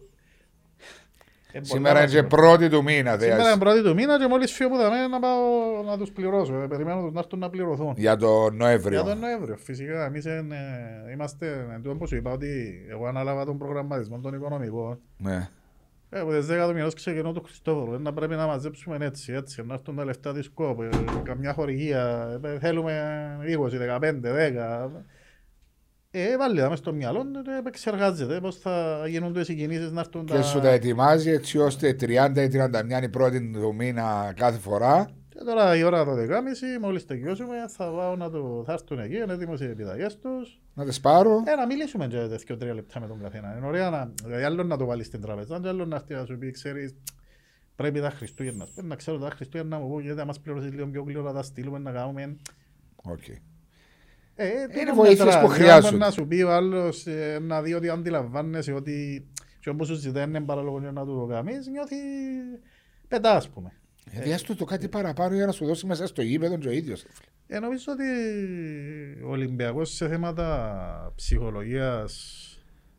ε, Σήμερα είναι μπορεί να- και πρώτη του μήνα. δε, Σήμερα ας. είναι πρώτη του μήνα και μόλις φύγω από τα μένα να πάω να τους πληρώσω. Ε, Περιμένω τους να έρθουν να πληρωθούν. Για τον Για Νοέμβριο. τον Νοέμβριο, φυσικά. Εμείς είμαστε. Εν τω που σου είπα ότι εγώ ανάλαβα τον προγραμματισμό των οικονομικών. Ναι. Ε, από τι 10 του μηνό ξεκινώ του Χριστόφορου. Ε, Να πρέπει να μαζέψουμε έτσι, έτσι. Να έρθουν τα λεφτά της κόπη. ε, Καμιά χορηγία. ε, Θέλουμε 20, 15, 10. Ε, βάλει τα μέσα στο μυαλό του και επεξεργάζεται πώς θα γίνονται οι κινήσει να έρθουν Και σου τα ετοιμάζει έτσι ώστε 30 ή 31 η πρώτη του μήνα κάθε φορά. Και τώρα η ώρα 12.30, μόλις τελειώσουμε, θα πάω να το. Θα έρθουν εκεί, είναι έτοιμοι οι επιταγέ του. Να τις πάρω. Ε, να μιλήσουμε για τέτοιο τρία λεπτά με τον καθένα. Είναι ωραία να, δηλαδή άλλο να το βάλεις στην τραπεζά, και άλλο να έρθει να σου πει, ξέρεις, πρέπει τα Χριστούγεννα. Πρέπει να ξέρω τα Χριστούγεννα μου, γιατί θα μας πληρώσεις λίγο πιο γλυόρα, τα στείλουμε να κάνουμε. Οκ. Ε, ε, τούτο Είναι με βοήθειες τώρα. που Δηλαδή, χρειάζονται. μπορεί Να σου πει ο άλλος, ε, να δει ότι αντιλαμβάνεσαι ότι και όπως σου ζητάει είναι παράλογο για να του το κάνεις, νιώθει πετά, ας πούμε. Γιατί ας του το κάτι παραπάνω για να σου δώσει μέσα στο γήπεδο και ο ίδιος. Ε, νομίζω ότι ο Ολυμπιακός σε θέματα ψυχολογίας,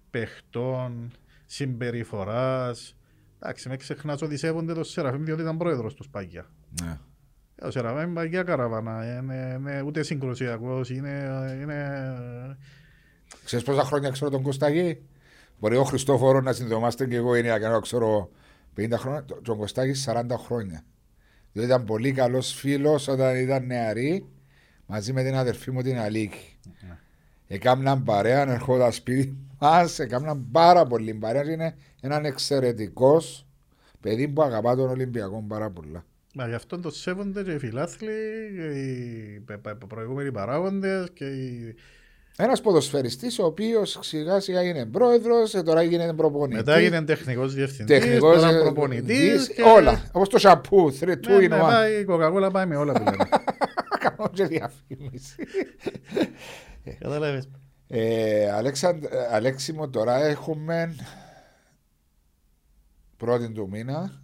παιχτών, συμπεριφοράς, εντάξει, με ξεχνάς ότι σέβονται τον Σεραφείμ διότι ήταν πρόεδρος τους Σπαγιά. Ναι. Ε, Ο Σεραφείμ Παγιά καραβανά, είναι, είναι ούτε συγκρουσιακός, είναι, είναι... Ξέρεις πόσα χρόνια ξέρω τον Κωστάκη. Μπορεί ο Χριστόφορος να συνδεόμαστε και εγώ είναι να κάνω, ξέρω 50 χρόνια. Το- Τον Κωστάκη 40 χρόνια. Διότι ήταν πολύ καλός φίλος όταν ήταν νεαρή μαζί με την αδερφή μου την Αλίκη. Ναι. Έκαναν παρέα, ερχόταν σπίτι μας, έκαναν πάρα πολύ παρέα. και Είναι έναν εξαιρετικός παιδί που αγαπά τον Ολυμπιακό πάρα πολλά. Μα γι' αυτό το σέβονται και οι φιλάθλοι, και οι πε- πε- προηγούμενοι παράγοντες και οι... Ένας ποδοσφαιριστής ο οποίος σιγά σιγά είναι πρόεδρος, ε, τώρα γίνεται προπονητής. Μετά έγινε τεχνικός διευθυντής, τεχνικός τώρα προπονητής και... ε, Όλα. Όπως το σαμπού, Ναι, θρετού ναι, είναι ο άνθρωπο. πάει, η Coca-Cola πάει με όλα δηλαδή. που λέμε. Κάνω και διαφήμιση. Κατάλαβες. Ε, Αλέξαν- ε, Αλέξη μου, τώρα έχουμε πρώτη του μήνα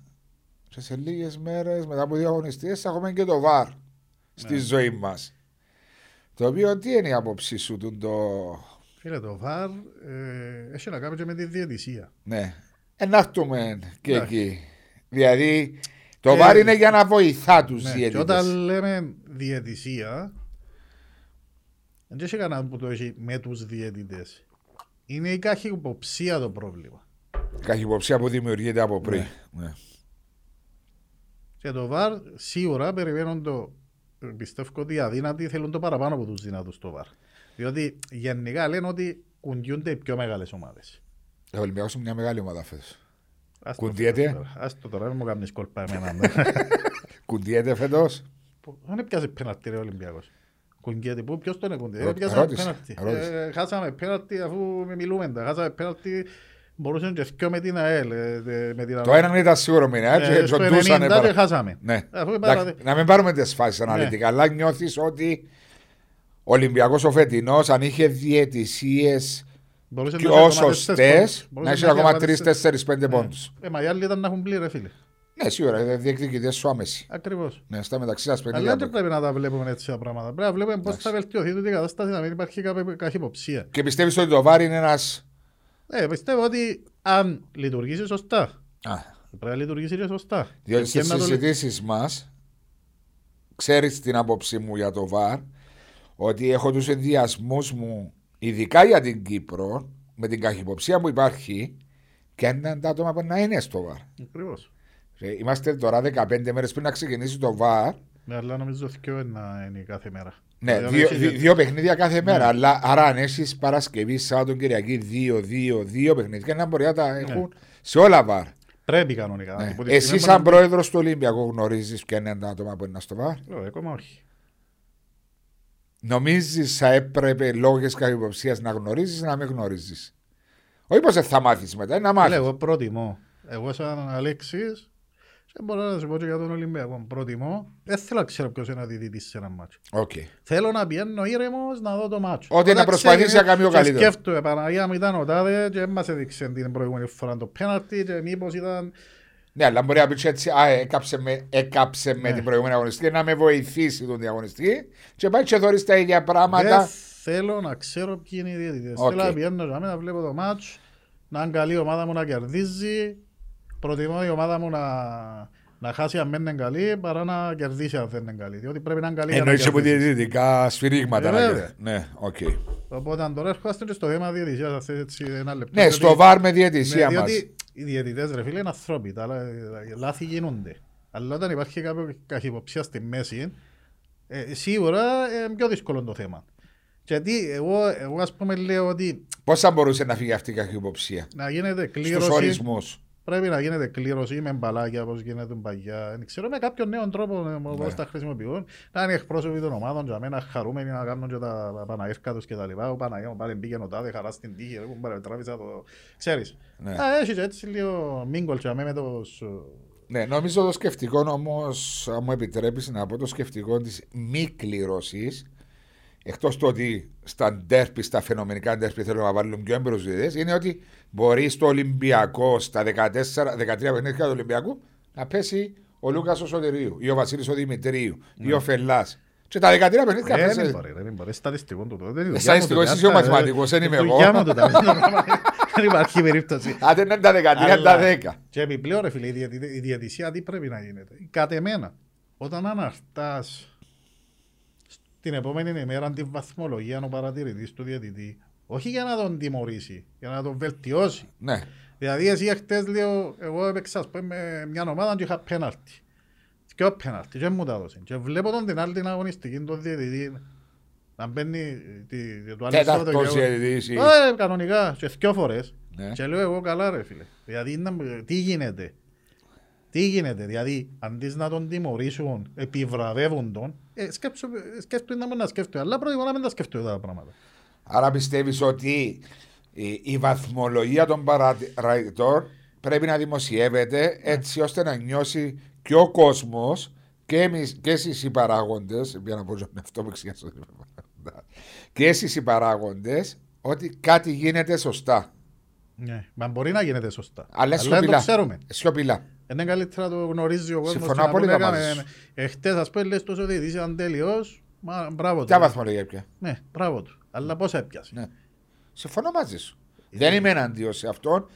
και σε λίγες μέρες μετά από δύο αγωνιστές θα έχουμε και το βαρ στη Ναι. ζωή μας. Το οποίο τι είναι η άποψή σου του το. Φίλε, το ΒΑΡ ε, έχει να κάνει και με τη διαιτησία. Ναι. Ενάχτουμε και Ναι. εκεί. Δηλαδή το Ε, βαρ είναι για να βοηθά τους Ναι, διαιτητές. Και όταν λέμε διαιτησία, δεν έχει κανένα που το έχει με τους διαιτητές. Είναι η καχυποψία το πρόβλημα. Καχυποψία που δημιουργείται από πριν. Ναι. Και το ΒΑΡ σίγουρα περιμένουν το. Πιστεύω ότι οι αδύνατοι θέλουν το παραπάνω από τους δυνατούς το ΒΑΡ. Διότι γενικά λένε ότι κουντιούνται οι πιο μεγάλες ομάδες. Ο Ολυμπιακός είναι μια μεγάλη ομάδα φέτος. Ας το Κουντιέται. φέρω τώρα. Ας το τώρα, μην μου κάνεις κόλπα εμένα. ναι. Κουντιέται φέτος. Που- Δεν έπιασε πέναλτι ρε ο Ολυμπιακός. Κουνκέτη, πού, ποιος τον έκουντε. Ρω- Δεν πιάσαμε ρώτησε, πέναλτι. ρώτησε. Ε, Χάσαμε πέναλτι αφού με μιλούμε. τα Χάσαμε πέναλτι, μπορούσαν και δυο με την ΑΕΛ. ε, ε, με την Το ΑΕΛ. ένα ήταν σίγουρο μήνα. έτσι, Ε, στο τζοντούσανε 90 παρα- και χάσαμε. Ναι. Αφού Εντάξει, παραδε- Να μην πάρουμε τις φάσεις αναλυτικά, Ναι. αλλά νιώθεις ότι ο Ολυμπιακός ο φετινός, αν είχε διαιτησίες μπορούσε να και έχει ακόμα όσο τέσσερις στες, πόντους. Μπορούσε να έχει ακόμα ακόμα 3, τέσσερις- 4, 5 πόντους. Ε, μα οι άλλοι ήταν να έχουν πλήρε φίλε. Ναι, σίγουρα, είναι διεκδικητές σου άμεση. Ακριβώς. Ναι, στα μεταξύ σας Αλλά παιχνίδια. δεν πρέπει να τα βλέπουμε έτσι τα πράγματα. Πρέπει να βλέπουμε πώς θα βελτιωθεί τούτη η κατάσταση να μην υπάρχει κάποια καχυποψία. Και πιστεύεις ότι το Βάρη είναι ένας... Ε, πιστεύω ότι αν λειτουργήσει σωστά, Α, πρέπει να λειτουργήσει και σωστά. Διότι Και στις να το λε- συζητήσεις μας, ξέρεις την άποψή μου για το ΒΑΡ, ότι έχω τους ενδιασμούς μου, ειδικά για την Κύπρο, με την καχυποψία που υπάρχει, και έναν τα άτομα που να είναι στο ΒΑΡ. Ακριβώς. Ε, Είμαστε τώρα 15 μέρες πριν να ξεκινήσει το ΒΑΡ. Ναι, αλλά νομίζω δυο ένα είναι κάθε μέρα. Ναι, Δηλαδή, δύο, όχι δύ- για- δύο παιχνίδια κάθε Ναι. μέρα. Αλλά, άρα, αν έχεις Παρασκευή, Σάββατο, Κυριακή, δύο, δύο, δύο παιχνίδια, να μπορεί να Ναι. τα έχουν σε όλα ΒΑΡ. Πρέπει κανονικά. Ναι. Από τη Εσύ, στιγμή σαν που- πρόεδρος του Ολυμπιακού, γνωρίζεις ποια είναι τα άτομα που είναι στο ΒΑΡ. Λέω, ακόμα όχι. Νομίζεις θα έπρεπε λόγω κακυποψία να γνωρίζεις ή να μην γνωρίζεις. Όχι πως θα μάθεις μετά, είναι να μάθεις. Λέω, προτιμώ. Εγώ σαν Αλέξης, και μπορώ να σου πω και για τον Ολυμπιακό. Προτιμώ, δεν θέλω να ξέρω ποιος είναι ο διδυτής σε ένα μάτσο. Okay. Θέλω να πηγαίνω ήρεμος να δω το μάτσο. Ότι να Όταν προσπαθήσει ξέρει, να κάνει ο και καλύτερος. Σκέφτομαι, Παναγία μου ήταν ο τάδε και μας έδειξε την προηγούμενη φορά το πέναρτι και μήπως ήταν... Ναι, αλλά μπορεί να πεις έτσι, α, έκαψε με, έκαψε με Ναι. την προηγούμενη αγωνιστική, να με βοηθήσει τον διαγωνιστή και πάει και δωρείς τα ίδια Δεν πράγματα. θέλω να ξέρω ποιοι είναι οι διαιτητές. Οκ. Θέλω να πηγαίνω για μένα, να βλέπω το μάτσο, να είναι καλή η ομάδα μου να κερδίζει. Προτιμώ η ομάδα μου να, να χάσει αν δεν είναι καλή παρά να κερδίσει αν δεν είναι καλή. Διότι πρέπει να είναι καλή για να Εννοείς από κερδίσει. διαιτητικά σφυρίγματα. Ε, να βέβαια. Ε, γίνεται. Ναι, οκ. Οπότε τώρα έρχομαστε και στο θέμα διαιτησίας, θα θες έτσι ένα λεπτό. Ναι, διότι- στο βαρ με Ναι, διαιτησία μας. διότι οι διαιτητές ρε φίλε είναι ανθρώποι, τα λα- λάθη γίνονται. Αλλά όταν υπάρχει κάποιο καχυποψία στη μέση, ε, σίγουρα ε, πιο δύσκολο είναι το θέμα. Γιατί εγώ, εγώ ας πούμε λέω ότι Πώς θα μπορούσε να φύγει αυτή η κακυποψία να γίνεται στους κλήρωση, ορισμούς. πρέπει να γίνεται κλήρωση με μπαλάκια όπως γίνεται παγιά. Δεν ξέρω με κάποιον νέο τρόπο ε, όπως τα χρησιμοποιούν. Να είναι εκπρόσωποι των ομάδων για μένα χαρούμενοι να κάνουν και τα παναέρκα τους και τα λοιπά. Ο Παναγιά μου πάλι μπήκε ο τάδε χαρά στην τύχη, εγώ παρετράβησα το... Ξέρεις. Ναι. Α, έχει και έτσι λίγο μίγκολ και αμέ με ε, τους... Ναι, νομίζω το σκεφτικό όμως, αν μου επιτρέπεις να πω το σκεφτικό της μη κλήρωσης, εκτός του ότι στα ντέρπι, στα φαινομενικά ντέρπι θέλουν να βάλουν πιο έμπειρους διαιτητές, είναι ότι μπορεί στο Ολυμπιακό, στα 14, 13 παιχνίδια του Ολυμπιακού, να πέσει ο Λούκας ο Σωτηρίου ή ο Βασίλης ο Δημητρίου ή ο Φελάς. Και τα 13 παιχνίδια Ναι. Ε, να Δεν πέσει. μπορεί, δεν μπορεί, στατιστικό του τότε. Ε, στατιστικό, εσύ είσαι ο μαθηματικός, ε, δεν είμαι εγώ. Δεν υπάρχει περίπτωση. Άντε να είναι τα 13, είναι Αλλά- τα 10. Και επιπλέον, ρε φίλε, η διαιτητε- η διαιτησία τι πρέπει να γίνεται. Κατ' εμένα, όταν αναρτάς την επόμενη ημέρα τη βαθμολογία ο παρατηρητής του διαιτητή, όχι για να τον τιμωρήσει, για να τον βελτιώσει. Ναι. Δηλαδή, εσύ χτε λέω, εγώ έπαιξα ας πούμε, με μια ομάδα και είχα πέναλτι. Και ο πέναλτι, και μου τα έδωσε. Και βλέπω τον την άλλη την αγωνιστική, τον διαιτητή, να μπαίνει ε, τη, το άλλο Τέταρτος Σαββατοκύριακο. διαιτητής. ή- Ε, κανονικά, και δυο φορές. Ναι. Και λέω εγώ καλά ρε φίλε. Δηλαδή, είναι- τι γίνεται. Τι γίνεται, δηλαδή, αντί να τον τιμωρήσουν, επιβραβεύουν τον, ε, σκέψου, ε, σκέφτομαι να μην τα σκέφτομαι, αλλά προτιμώ να μην τα σκέφτομαι τα πράγματα. Άρα πιστεύεις ότι η, η βαθμολογία των παρατηρητών πρέπει να δημοσιεύεται έτσι ώστε να νιώσει και ο κόσμος και, εμείς, και εσείς οι παράγοντες για να πω στον εαυτό μου εξηγήσω, δεν είμαι παράγοντα. και εσείς οι παράγοντες ότι κάτι γίνεται σωστά Ναι. Μα μπορεί να γίνεται σωστά. αλλά δεν το σιωπηλά, ξέρουμε. σιωπηλά. Είναι καλύτερα να το γνωρίζει ο κόσμος. Συμφωνώ και να πούμε, απόλυτα έκαμε- μαζί ε, χτες, ας πούμε, λες τόσο διαιτητής ήταν τέλειος, μα μπράβο του. ποια βαθμολογία πια Ναι, μπράβο του. Αλλά πώς έπιασε. Ναι. Συμφωνώ μαζί σου. Δεν είμαι εναντίον σε αυτόν.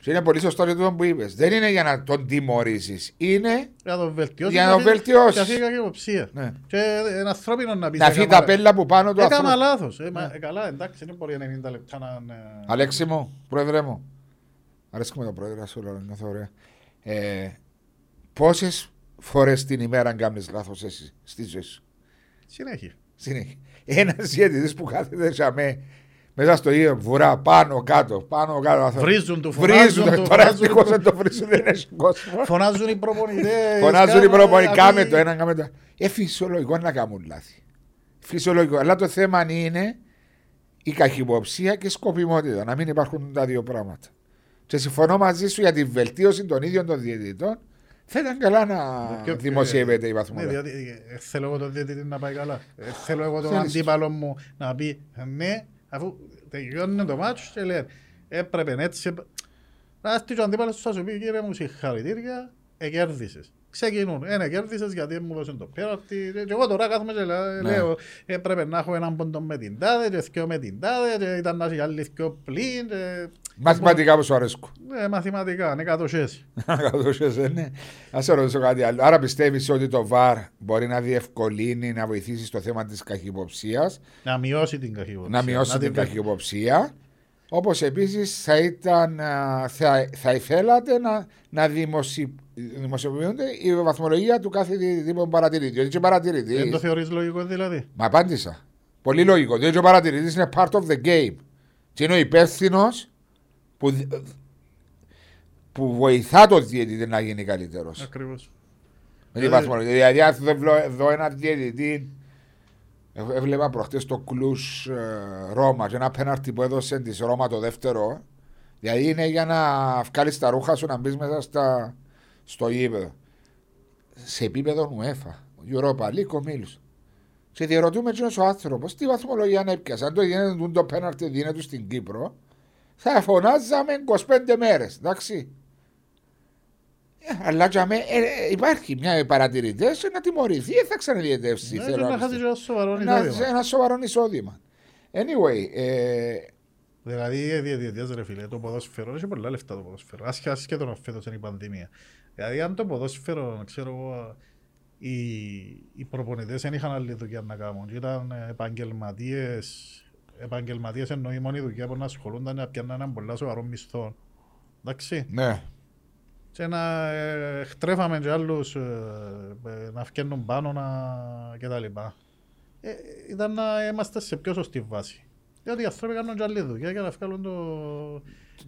Και είναι πολύ σωστό και τούτο που είπες. Δεν είναι για να τον τιμωρήσεις. Είναι Για να το βελτιώσεις. Για να το βελτιώσεις. Και αυτή είναι η υποψία. Ναι. Και ένα ανθρώπινο να πεις. να φύγει τα πέλα που πάνω του Έκανα ανθρώπου. Ναι. λάθος. Ε, μα, ε, καλά, εντάξει, δεν μπορεί 90 λεπτά να. ε, Αλέξη μου, πρόεδρε μου. Αρέσκει με τον πρόεδρε σου, λέω, νιώθω ωραία. Ε, Πόσες φορές την ημέρα κάνεις λάθος εσύ στη ζωή σου. Συνέχεια. Συνέχεια. Ένας διαιτητή που κάθεται για με, μέσα στο ίδιο βουρά, πάνω κάτω, πάνω κάτω. Βρίζουν του, Βρίζουν, φωνάζουν του, τώρα φωνάζουν ευτυχώ του. δεν το βρίζουν, δεν έχει κόσμο. Φωνάζουν οι προπονητές. Φωνάζουν οι κάνουν, προπονητέ. Κάμε ακεί- το ένα, κάμε το άλλο. Ε, φυσιολογικό είναι να κάνουν λάθη. Φυσιολογικό. Αλλά το θέμα είναι η καχυποψία και η σκοπιμότητα. Να μην υπάρχουν τα δύο πράγματα. Και συμφωνώ μαζί σου για τη βελτίωση των ίδιων των διαιτητών. Θα ήταν καλά Ναι, να πιο- δημοσιεύεται η Ναι, βαθμολογία. διότι ε, θέλω εγώ τον διαιτητή να πάει καλά. Ε, Θέλω εγώ τον Θέλεις. αντίπαλο μου να πει ναι, αφού τελειώνει το μάτσο και λέει έπρεπε έτσι. έπρε- Να έρθει και ο αντίπαλος σου να σου πει κύριε μου συγχαρητήρια, εκέρδισες. Ξεκινούν. Ένα κέρδισες γιατί μου δώσαν το πέραρτη. Και εγώ τώρα κάθομαι και λέω, Ναι. λέω έπρεπε να έχω έναν πόντο με την τάδε και δυο με την τάδε και ήταν να έχει άλλοι δυο πλήν. και- Μαθηματικά που σου αρέσκουν. Ναι, μαθηματικά, είναι κατοχές. Καθώς, ε, ναι. Να σε ρωτήσω κάτι άλλο. Άρα πιστεύεις ότι το ΒΑΡ μπορεί να διευκολύνει, να βοηθήσει στο θέμα της καχυποψίας. Να μειώσει την καχυποψία. να μειώσει την βελτιώσει. καχυποψία. Όπως επίσης θα, ήταν, α, θα, θα ήθελατε να, να δημοσι, δημοσιοποιούνται η βαθμολογία του κάθε διαιτητή που παρατηρητή. Διότι και Δεν παρατηρητή. το θεωρείς λογικό δηλαδή. Μα απάντησα. Πολύ λογικό. Διότι ο παρατηρητής είναι part of the game. Και είναι ο υπεύθυνος που, δι- που βοηθά τον διαιτητή να γίνει καλύτερος. Ε, Ακριβώς. Με την Δηλαδή- βαθμολογία. Δηλαδή, αν δω- δω ένα διαιτητή Ε- Έβλεπα προχτές το κλους ε, Ρώμα και ένα πέναρτι που έδωσε της Ρώμα το δεύτερο. Δηλαδή είναι για να βγάλεις τα ρούχα σου να μπεις μέσα στα, στο γήπεδο. Σε επίπεδο UEFA, Europa League, ομίλου. Και διαρωτούμε εκείνος ο άνθρωπος τι βαθμολογία αν έπιασε. Αν το γίνεται το πέναρτι δίνεται τους στην Κύπρο, θα φωνάζαμε 25 μέρες, εντάξει. Ε, Αλλά για μέ- ε, ε, υπάρχει μια παρατηρητές να τιμωρηθεί, ε, θα ξαναδιαιτεύσει. Ναι, θέλω και να να πιστεύω. χάσεις ένα σοβαρό Ένα, εισόδημα. ένα σοβαρό εισόδημα. Anyway, ε, Δηλαδή, ε, διαδιαιτίας ρε φίλε, το ποδόσφαιρο έχει πολλά λεφτά το ποδόσφαιρο. Άσχε- Ασχέτον αν φέτος είναι η πανδημία. Δηλαδή, αν το ποδόσφαιρο, ξέρω εγώ, οι, οι προπονητές δεν είχαν άλλη δουλειά να κάνουν. Ήταν ε, επαγγελματίες, επαγγελματίες εννοεί μόνη δουλειά που να ασχολούνταν να πιάνουν έναν πολλά σοβαρό μισθό. Εντάξει. ναι. Και να ε, χτρέφαμε και άλλους ε, ε, να φκαίνουν πάνω να... και τα λοιπά. Ε, ήταν να είμαστε σε πιο σωστή βάση. Διότι οι άνθρωποι κάνουν και άλλη δουλειά για να βγάλουν το...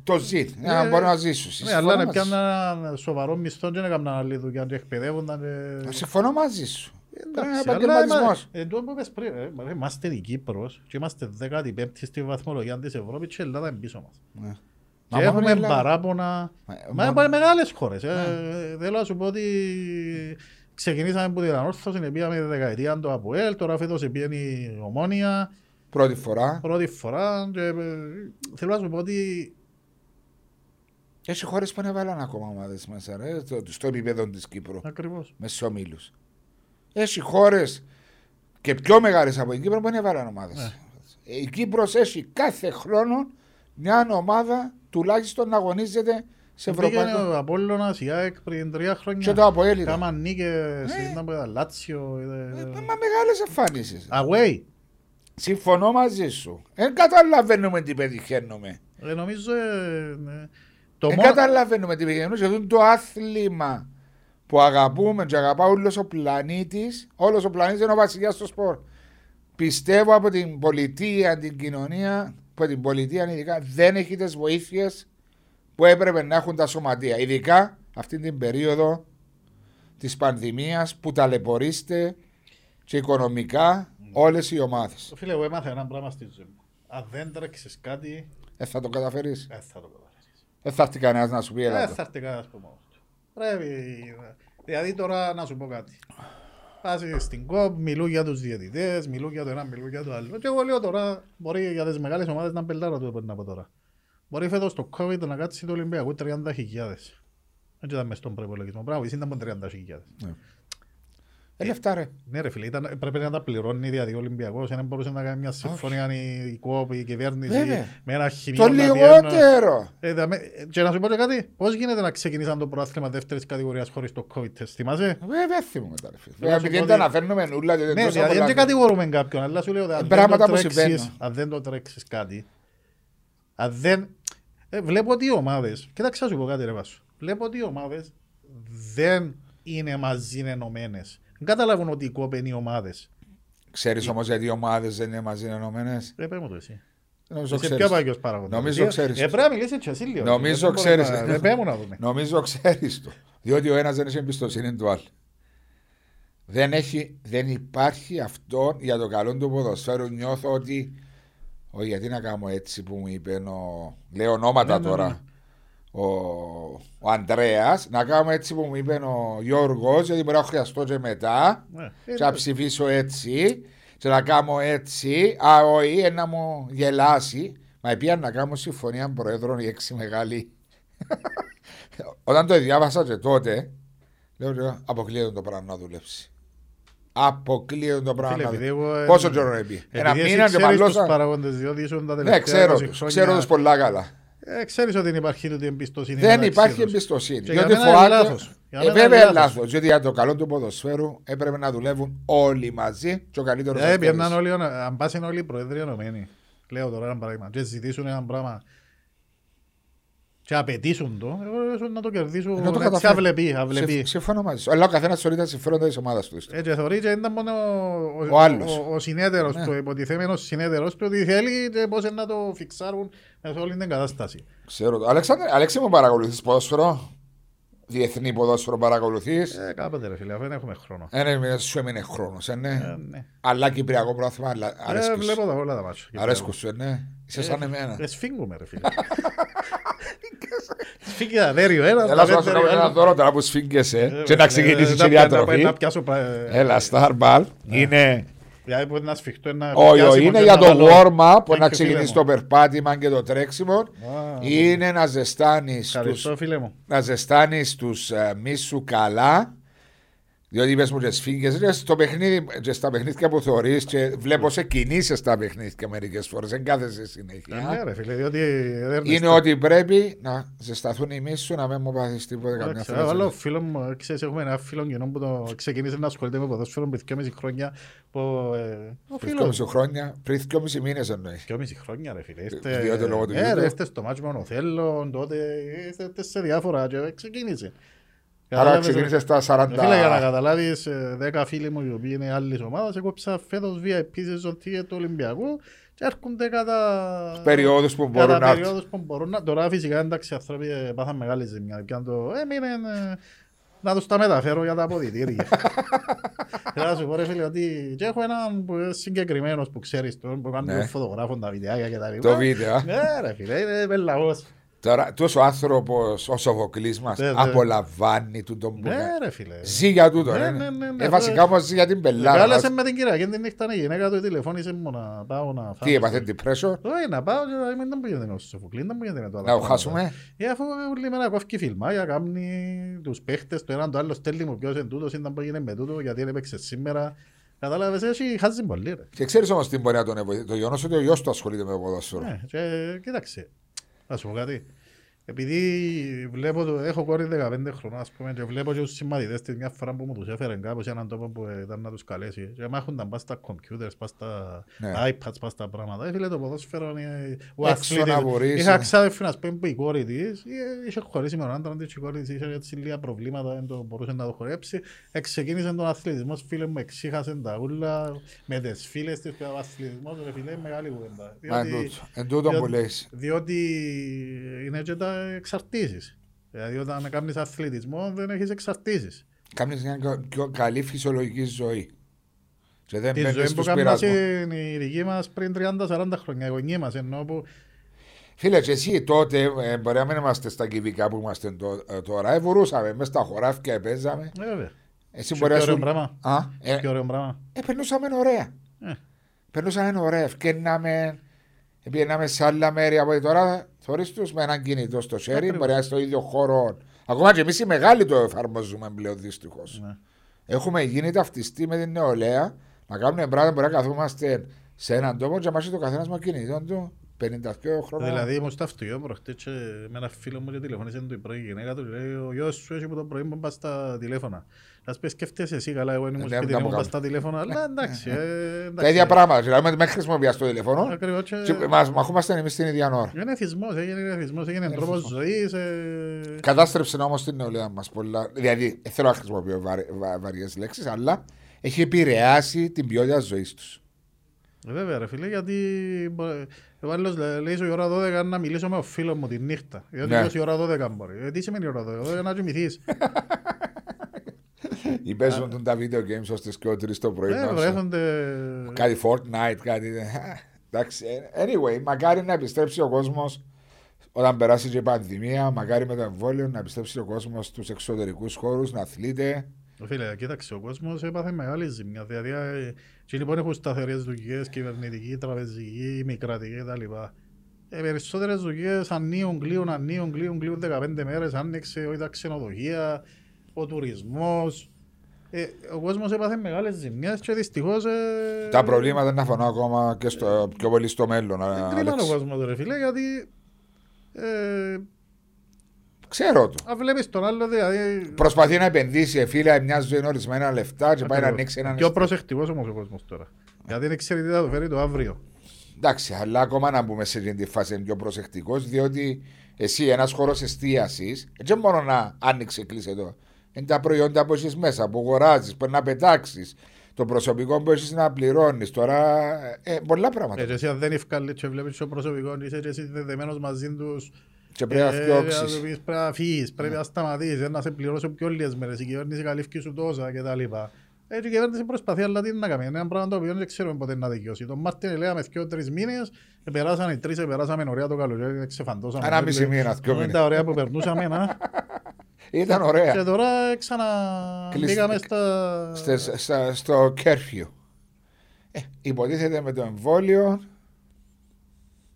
Το ζητ, Ναι, να μπορούν να ζήσουν. Ναι, αλλά να μαζί πιάνουν έναν σοβαρό μισθό και να κάνουν άλλη δουλειά και εκπαιδεύουν. Και... σου. Συμφωνώ μαζί σου. Πρέπει να Εντάξει, αλλά επαγγελματισμός. είμα- ε, τούτο που είπες πριν, ε, μα- είμαστε η Κύπρος και είμαστε 15η στη βαθμολογία της Ευρώπης και η Ελλάδα είναι πίσω μας. Ναι. Και έχουμε παράπονα. Ε, Μα μόνο- Ναι. πάμε μεγάλες χώρες. ε. Θέλω να σου πω ότι ξεκινήσαμε από την ανόρθωση, πήγαμε τη δεκαετία το ΑΠΟΕΛ, τώρα φέτος πήγαινε η Ομόνια, Πρώτη φορά. πρώτη φορά. και, ε, Θέλω να σου πω ότι Έχει χώρες που ανέβαλαν ακόμα ομάδες μέσα, ρε, στο, στο επίπεδο της Κύπρου, ακριβώς. με στου ομίλου. Έχει χώρε Ε, και πιο μεγάλες από την Κύπρο που ανέβαλαν ομάδε. Η Κύπρος έχει κάθε χρόνο μια ομάδα τουλάχιστον να αγωνίζεται σε Πήγαινε ευρωπαϊκό. ο ναι. Απόλλωνας, η ΑΕΚ πριν τρία Και το χρόνια. αποέλυνα. Κάμαν νίκες, Ναι. ήταν με τα Λάτσιο. Ε, ε, Μα μεγάλες εμφανίσεις. Away. Συμφωνώ μαζί σου. Δεν καταλαβαίνουμε τι πετυχαίνουμε. Ε, Νομίζω... ε, ναι. Το Δεν μόνο- καταλαβαίνουμε τι πετυχαίνουμε. Και αυτό είναι το άθλημα που αγαπούμε και αγαπά όλος ο πλανήτης. Όλος ο πλανήτης είναι ο βασιλιάς στο σπορ. Πιστεύω από την πολιτεία, την κοινωνία, από την πολιτεία ειδικά, δεν έχει τις βοήθειες που έπρεπε να έχουν τα σωματεία. Ειδικά αυτή την περίοδο της πανδημίας που ταλαιπωρείστε και οικονομικά όλες οι ομάδες. Φίλε, εγώ έμαθα ένα πράγμα στη ζωή μου. Αν δεν τρέξεις κάτι, Ε, θα το καταφέρεις. ε, θα το καταφέρεις. Δεν θα έρθει κανένας να σου πει Δεν έλα. Ε, θα έρθει κανένας που μόνος του. Πρέπει. Δηλαδή τώρα να σου πω κάτι. Πάζει στην ΚΟΠ, μιλούν για τους διαιτητές, μιλούν για το ένα, μιλούν για το άλλο. Και εγώ λέω τώρα, μπορεί για τις μεγάλες ομάδες να πελτάρω το έπαιρνα από τώρα. Μπορεί φέτος το COVID να κάτσει το Ολυμπιακό 30.000. Δεν ήταν μες στον προϋπολογισμό. Μπράβο, εσύ ήταν μόνο 30.000. Ναι. Ε, λεφτά ρε. Ναι ρε φίλε, ήταν, πρέπει να τα πληρώνει δηλαδή ο Ολυμπιακός, δεν μπορούσε να κάνει μια συμφωνία η, η ΚΟΠ, η κυβέρνηση, Βέβαια. με ένα χημείο. Το να διένουν. λιγότερο. Ε, δαμε- ε, Και να σου πω και κάτι, πώς γίνεται να ξεκινήσαν το πρωτάθλημα δεύτερης κατηγορίας χωρίς το COVID test, θυμάσαι? Βέβαια, Ε, δεν θυμούμε τα ρε φίλε. ναι. Βέβαια, Επειδή σου δεν πω τα ότι- αναφέρνουμε νουλά, δεν Ναι, τόσο δηλαδή πολλά. δεν κατηγορούμε κάποιον, αλλά σου λέω ότι αν, δεν πράγματα το που τρέξεις, συμβαίνουν. αν δεν το τρέξεις κάτι, αν δεν... Ε, βλέπω ότι οι ομάδες, κοίταξε να σου πω κάτι ρε Βάσο, βλέπω ότι οι ομάδες δεν είναι μαζί ενωμένες. Δεν καταλάβουν ότι οι κόποι είναι οι ομάδες. Ξέρεις όμως γιατί οι ομάδες δεν είναι μαζί ενωμένες. Ρε πες μου το εσύ. Νομίζω Είσαι πιο ξέρεις. παγιός παράγοντας. Νομίζω Ε, ξέρεις. Ε, πρέπει να μιλήσεις και εσύ λίγο. Νομίζω Δεν μπορούμε ξέρεις. να- Ε, πες μου να δούμε. Νομίζω ξέρεις το. Διότι ο ένας δεν έχει εμπιστοσύνη του άλλου. Δεν, έχει, δεν υπάρχει αυτό για το καλό του ποδοσφαίρου. Νιώθω ότι. Όχι, γιατί να κάνω έτσι που μου είπε. Ο... Λέω ονόματα Ναι, ναι, τώρα. ναι. Ο, ο Αντρέα. Να κάνω έτσι που μου είπε ο Γιώργος, γιατί μπορεί να χρειαστώ και μετά. Ναι. Και να ψηφίσω έτσι και να κάνω έτσι. Α, όχι, ε, να μου γελάσει. Μα επειδή να κάνω συμφωνία προέδρων οι έξι μεγάλοι. Όταν το διάβασα και τότε, λέω ότι αποκλείεται το πράγμα να δουλέψει. Αποκλείεται το πράγμα Φίλε, να επειδή δουλέψει. εγώ, ε, Πόσο χρόνο έπει. επειδή Ένα εσύ μήνα και ξέρεις τους παλώσα. παράγοντες, διότι ήσουν τα Ναι, τελευταία ξέρω 20 τους, χρόνια. ξέρω τους πολλά καλά. Ε, ξέρεις ότι δεν υπάρχει ούτε εμπιστοσύνη. Δεν μεταξύ υπάρχει τους. εμπιστοσύνη. Και Διότι για μένα είναι φοβάται. λάθος. Για Ε, μένα βέβαια είναι είναι λάθος. λάθος. Διότι για το καλό του ποδοσφαίρου έπρεπε να δουλεύουν όλοι μαζί και ο καλύτερος. Ε, πιέναν όλοι, ενω- αν πας είναι όλοι οι πρόεδροι ενωμένοι. Λέω τώρα ένα πράγμα. Και ζητήσουν ένα πράγμα. Και απαιτήσουν το. Εγώ ίσως να το κερδίσω. Να το Έτσι καταφέρω. αυλεπή, αυλεπή. Συμφωνώ μαζί σου. Αλλά ο καθένας θεωρεί τα συμφέροντα της ομάδας του. Ε, και θεωρεί και ήταν μόνο ο, Ο άλλος. ο, ο συνέτερος Ναι. του, υποτιθέμενος συνέτερος του, ότι θέλει και πώς να το φιξάρουν σε όλη την κατάσταση. Ξέρω το. Αλέξανδρε, Αλέξη μου παρακολουθείς ποδοσφαιρό. διεθνή ποδόσφαιρο παρακολουθείς. Ε, κάποτε ρε φίλε, αφού δεν έχουμε χρόνο. Ένα μήνα σου έμεινε χρόνος, ε, ναι. Ε, ναι. Αλλά κυπριακό πρόθυμα, αλλά Ε, αρέσκεις σου. βλέπω τα όλα τα μάτια. Αρέσκει σου, ε, ναι. Είσαι σαν εμένα. Ε, σφίγγουμε ρε φίλε. Σφίγγει τα δέριο, ένα. Έλα τα σου πέντε, κάνω ένα. ένα δώρο τώρα που σφίγγεσαι Ε, και να ε, ξεκινήσεις ε, και η να- να- διατροφή. Να πιάσω. πα- ε, Έλα, Starball. Είναι Δηλαδή μπορεί να σφιχτώ ένα. Όχι, πιάσιμο όχι, και είναι ένα για το άλλο. warm-up που Thank να you, ξεκινήσει φίλε το μου. περπάτημα και το τρέξιμο. Α, Είναι να ζεστάνεις τους, Ευχαριστώ, φίλε μου. να ζεστάνεις τους ε, μίσου καλά. Διότι πες μου και σφίγγες, ρε, στο παιχνίδι, και στα παιχνίδια που θεωρείς και βλέπω σε κινήσεις στα παιχνίδια μερικές φορές, δεν κάθεσαι Ε, ναι, συνέχεια. ρε φίλε, διότι δεν Είναι ότι πρέπει να ζεσταθούν οι μίσου, να μην μου πάθεις τίποτα καμιά Εντάξει, ε, Άλλο φορά. φίλο μου, ε, ξέρεις, έχουμε ένα φίλο κοινό που το ξεκίνησε να ασχολείται με ποδόσφαιρο πριν 2,5 χρόνια. που, ε, Πριν πριν 2,5 χρόνια, πριν 2,5 μήνες εννοείς. 2,5 χρόνια ρε φίλε. Διότι λόγω του Ε, YouTube. ρε, είστε στο μάτσο με τον Οθέλλον, τότε είστε σε διάφορα και ξεκίνησε. Άρα Κατάλαβες, ρε. ξεκίνησε στα Ε, Φίλε, για να 40. καταλάβεις, ε, 10 φίλοι μου οι οποίοι είναι άλλης ομάδας, εγώ ψάχνω φέτος VIP season ticket του Ολυμπιακού και έρχονται κατά... Περιόδους που Κατά μπορούν να έρθουν. περιόδους που μπορούν να... Τώρα φυσικά εντάξει οι άνθρωποι ε, πάθαν μεγάλη ζημιά. Πιάνε το... Ε, μην είναι... Να τους τα μεταφέρω για τα αποδητήρια. Θέλω να σου πω ρε φίλε ότι και έχω έναν που είναι συγκεκριμένος που ξέρεις τον που κάνει Ναι. τον φωτογράφο τα βιντεάκια και τα λοιπά. Το βίντεο. α. Ναι ρε φίλε, είναι πελαγός. Τώρα, τόσο άνθρωπος ο Σοφοκλής μας Ναι, ναι. απολαμβάνει του τον που Ναι κάνει. ρε φίλε. Ζει για τούτο. Ναι, ε. ναι, ναι, ναι. Ε, βασικά όμως ζει για την πελάρα. Κάλεσε με την Κυριακή την νύχτα η γυναίκα του τηλεφώνησε μου να πάω να φάω. Τι έπαθε την πρέσο, Όχι, να πάω και να μην τον πήγαινε με τον Σοφοκλή, δεν πήγαινε με το άλλο. να το χάσουμε. Ε, αφού όλοι με ένα κόφκι φιλμάκια, κάνει τους παίχτες, το έναν το άλλο στέλνει μου ποιος είναι τούτος, ήταν που έγινε με τούτο, γιατί δεν έπαιξε σήμερα. Κατάλαβες, έτσι χάζει πολύ ρε. Και ξέρεις όμως την πορεία των βοηθήσει. Το γεγονός ότι ο γιος του ασχολείται με το ποδόσφαιρο. Ναι, και κοίταξε, να σου πω κάτι. Επειδή βλέπω, το- έχω κόρη 15 χρονών, ας πούμε, και βλέπω και τους συμμαθητές της μιας φοράς που μου τους έφεραν κάπου σε έναν τόπο που ε, ήταν να τους καλέσει. Και μάχονταν πας στα computers, πας στα Ναι. iPads, πας στα πράγματα. Ε, φίλε, το ποδόσφαιρο είναι ο Έξω αθλητισμός. να ε. βουρήσει. Είχα ξάδερφη, ας πούμε, που η κόρη της ε, είχε χωρίσει με τον άντρα της, η κόρη της είχε έτσι λίγα προβλήματα, δεν το μπορούσε να το χορέψει. Εξεκίνησε τον αθλητισμός, φίλε μου, εξήχασε τα ούλα με τις φίλες της, ο αθλητισμός, ρε φίλε, μεγάλη κουβέντα. Μα εν Διότι- τούτο- Εν τούτο που διότι- λες. διότι είναι και τα εξαρτήσεις. Δηλαδή, όταν κάνεις αθλητισμό, δεν έχεις εξαρτήσεις. Κάνεις μια κα- πιο καλή φυσιολογική ζωή. Και δεν Τη μπαίνεις ζωή που στου κάνουμε Ε, πειρασμού. η δική μας πριν 30-40 χρόνια, η γονή μας ενώ που. Φίλε, και εσύ τότε, ε, μπορεί να μην είμαστε στα κυβικά που είμαστε τω- ε, τώρα, ε, βουρούσαμε μέσα στα χωράφια, παίζαμε. Ε, βέβαια. Εσύ Και μπορείς να πιο σου. ωραίο πράγμα. Α, ε, Και ωραίο πράγμα. ε, περνούσαμε ωραία. Ε, Περνούσαμε ωραία. Ευκαιρνάμε, πήγαιναμε σε άλλα μέρη από τώρα. Θωρείς τους με έναν κινητό στο χέρι, Ακριβώς. μπορεί να είσαι στο ίδιο χώρο. Ακόμα και εμείς οι μεγάλοι το εφαρμόζουμε πλέον δυστυχώς. ναι. Έχουμε γίνει ταυτιστοί με την νεολαία να κάνουμε πράγματα που μπορεί να καθόμαστε σε έναν τόπο και να μάθει το καθένας με κινητό του 52 χρόνια. Δηλαδή, ήμουν στο αυτοκίνητο προχτές και με ένα φίλο μου και τηλεφώνησε του η πρώτη γυναίκα του. και Λέει, ο γιος σου έχει που το πρωί μου πας στα τηλέφωνα. Να σου πεις, σκέφτεσαι εσύ καλά, εγώ Ε, ήμουν δεν σπίτι τα μου μου πας κάνω. στα τηλέφωνα. Αλλά εντάξει. ε, τα εντάξει. Ε, ίδια πράγματα. Δηλαδή, μέχρι χρησιμοποιεί το τηλέφωνο. Ακριβώς και- Και μα μαχούμαστε εμείς την ίδια ώρα. Είναι εθισμός, έγινε εθισμός, έγινε τρόπος ζωής. ε, Κατάστρεψε όμως την νεολαία μας πολλά. Δηλαδή, ε, θέλω να χρησιμοποιώ βαρι, βα, βαριές λέξεις, αλλά έχει επηρεάσει την ποιότητα ζωής τους. Ε, Βέβαια ρε φίλε, γιατί μπο- ο άλλος λέ- λέει σου η ώρα 12 να μιλήσω με ο φίλος μου τη νύχτα. Διότι Ναι. ναι. η ώρα 12 μπορεί. Ε, τι σημαίνει η ώρα 12, 12 να κοιμηθείς. Ή παίζουν τον τα βίντεο games ως τις 3 το πρωί. Ναι. ε, να σου- βρέθονται... κάτι Fortnite, κάτι. Α, Εντάξει. ε, Anyway, μακάρι να επιστρέψει ο κόσμος όταν περάσει και η πανδημία, μακάρι με το εμβόλιο να επιστρέψει ο κόσμος στους εξωτερικούς χώρους, να αθλείται. Ε, Φίλε, κοίταξε, ο κόσμος έπαθε μεγάλη ζημιά. Δηλαδή, ε, και λοιπόν έχουν σταθερές δουλειές, κυβερνητική, τραπεζική, μη κρατική κτλ. Ε, περισσότερες δουλειές ανοίγουν, κλείουν, ανοίγουν, κλείουν, κλείουν 15 μέρες, άνοιξε ό, τα ξενοδοχεία, ο τουρισμός. Ε, ο κόσμος έπαθε μεγάλες ζημιές και δυστυχώς... ε, Ε, Τα προβλήματα ε, να φανώ ακόμα και στο, πιο πολύ στο μέλλον. α, Δεν Αλέξη. κρίνω τον κόσμος ρε φίλε, γιατί ε, Ξέρω το. αν βλέπεις τον άλλο, δηλαδή... Προσπαθεί να επενδύσει, ε, φίλε, μια ζωή είναι ορισμένα λεφτά και πάει να Ακριβώς. ανοίξει έναν. Ναι. Πιο προσεκτικός όμως ο κόσμος τώρα. Γιατί δεν ξέρει τι θα του φέρει το αύριο. Εντάξει, αλλά ακόμα να μπούμε σε αυτή τη φάση είναι πιο προσεκτικός, διότι εσύ ένας χώρος εστίασης, δεν μόνο να άνοιξε, κλείσε εδώ. Είναι τα προϊόντα που έχεις μέσα, που αγοράζεις, που να πετάξεις, το προσωπικό που έχεις να πληρώνεις. Τώρα, ε, πολλά πράγματα. Ε, και εσύ αν δεν ευκάλλει και βλέπεις το προσωπικό, είσαι και εσύ δεμένος μαζί τους Και πρέπει να Ε, φτιάξεις. να του πεις, Πρέπει να φύγεις, Ναι. πρέπει να σταματήσεις, ε, να σε πληρώσω πιο λίγες μέρες, η κυβέρνηση καλύφθηκε σου τόσα και τα λοιπά. Ε, και η κυβέρνηση προσπαθεί, αλλά τι να κάνει. Είναι ένα πράγμα το οποίο δεν ξέρουμε ποτέ να δικαιώσει. Τον Μάρτιν λέγαμε δυο τρεις μήνες, ε, περάσαν οι τρεις, ε, περάσαμε ωραία το καλοκαίρι, ε, ξεφαντώσαμε. Ανά μισή Ε, μήνα, δυο ε, μήνες. Τα ωραία που περνούσαμε, να. ε, Ήταν ωραία. Και τώρα ξαναμπήκαμε Κλείστηκε. στα... Στες- στα- στο κέρφιου. Ε, υποτίθεται με το εμβόλιο.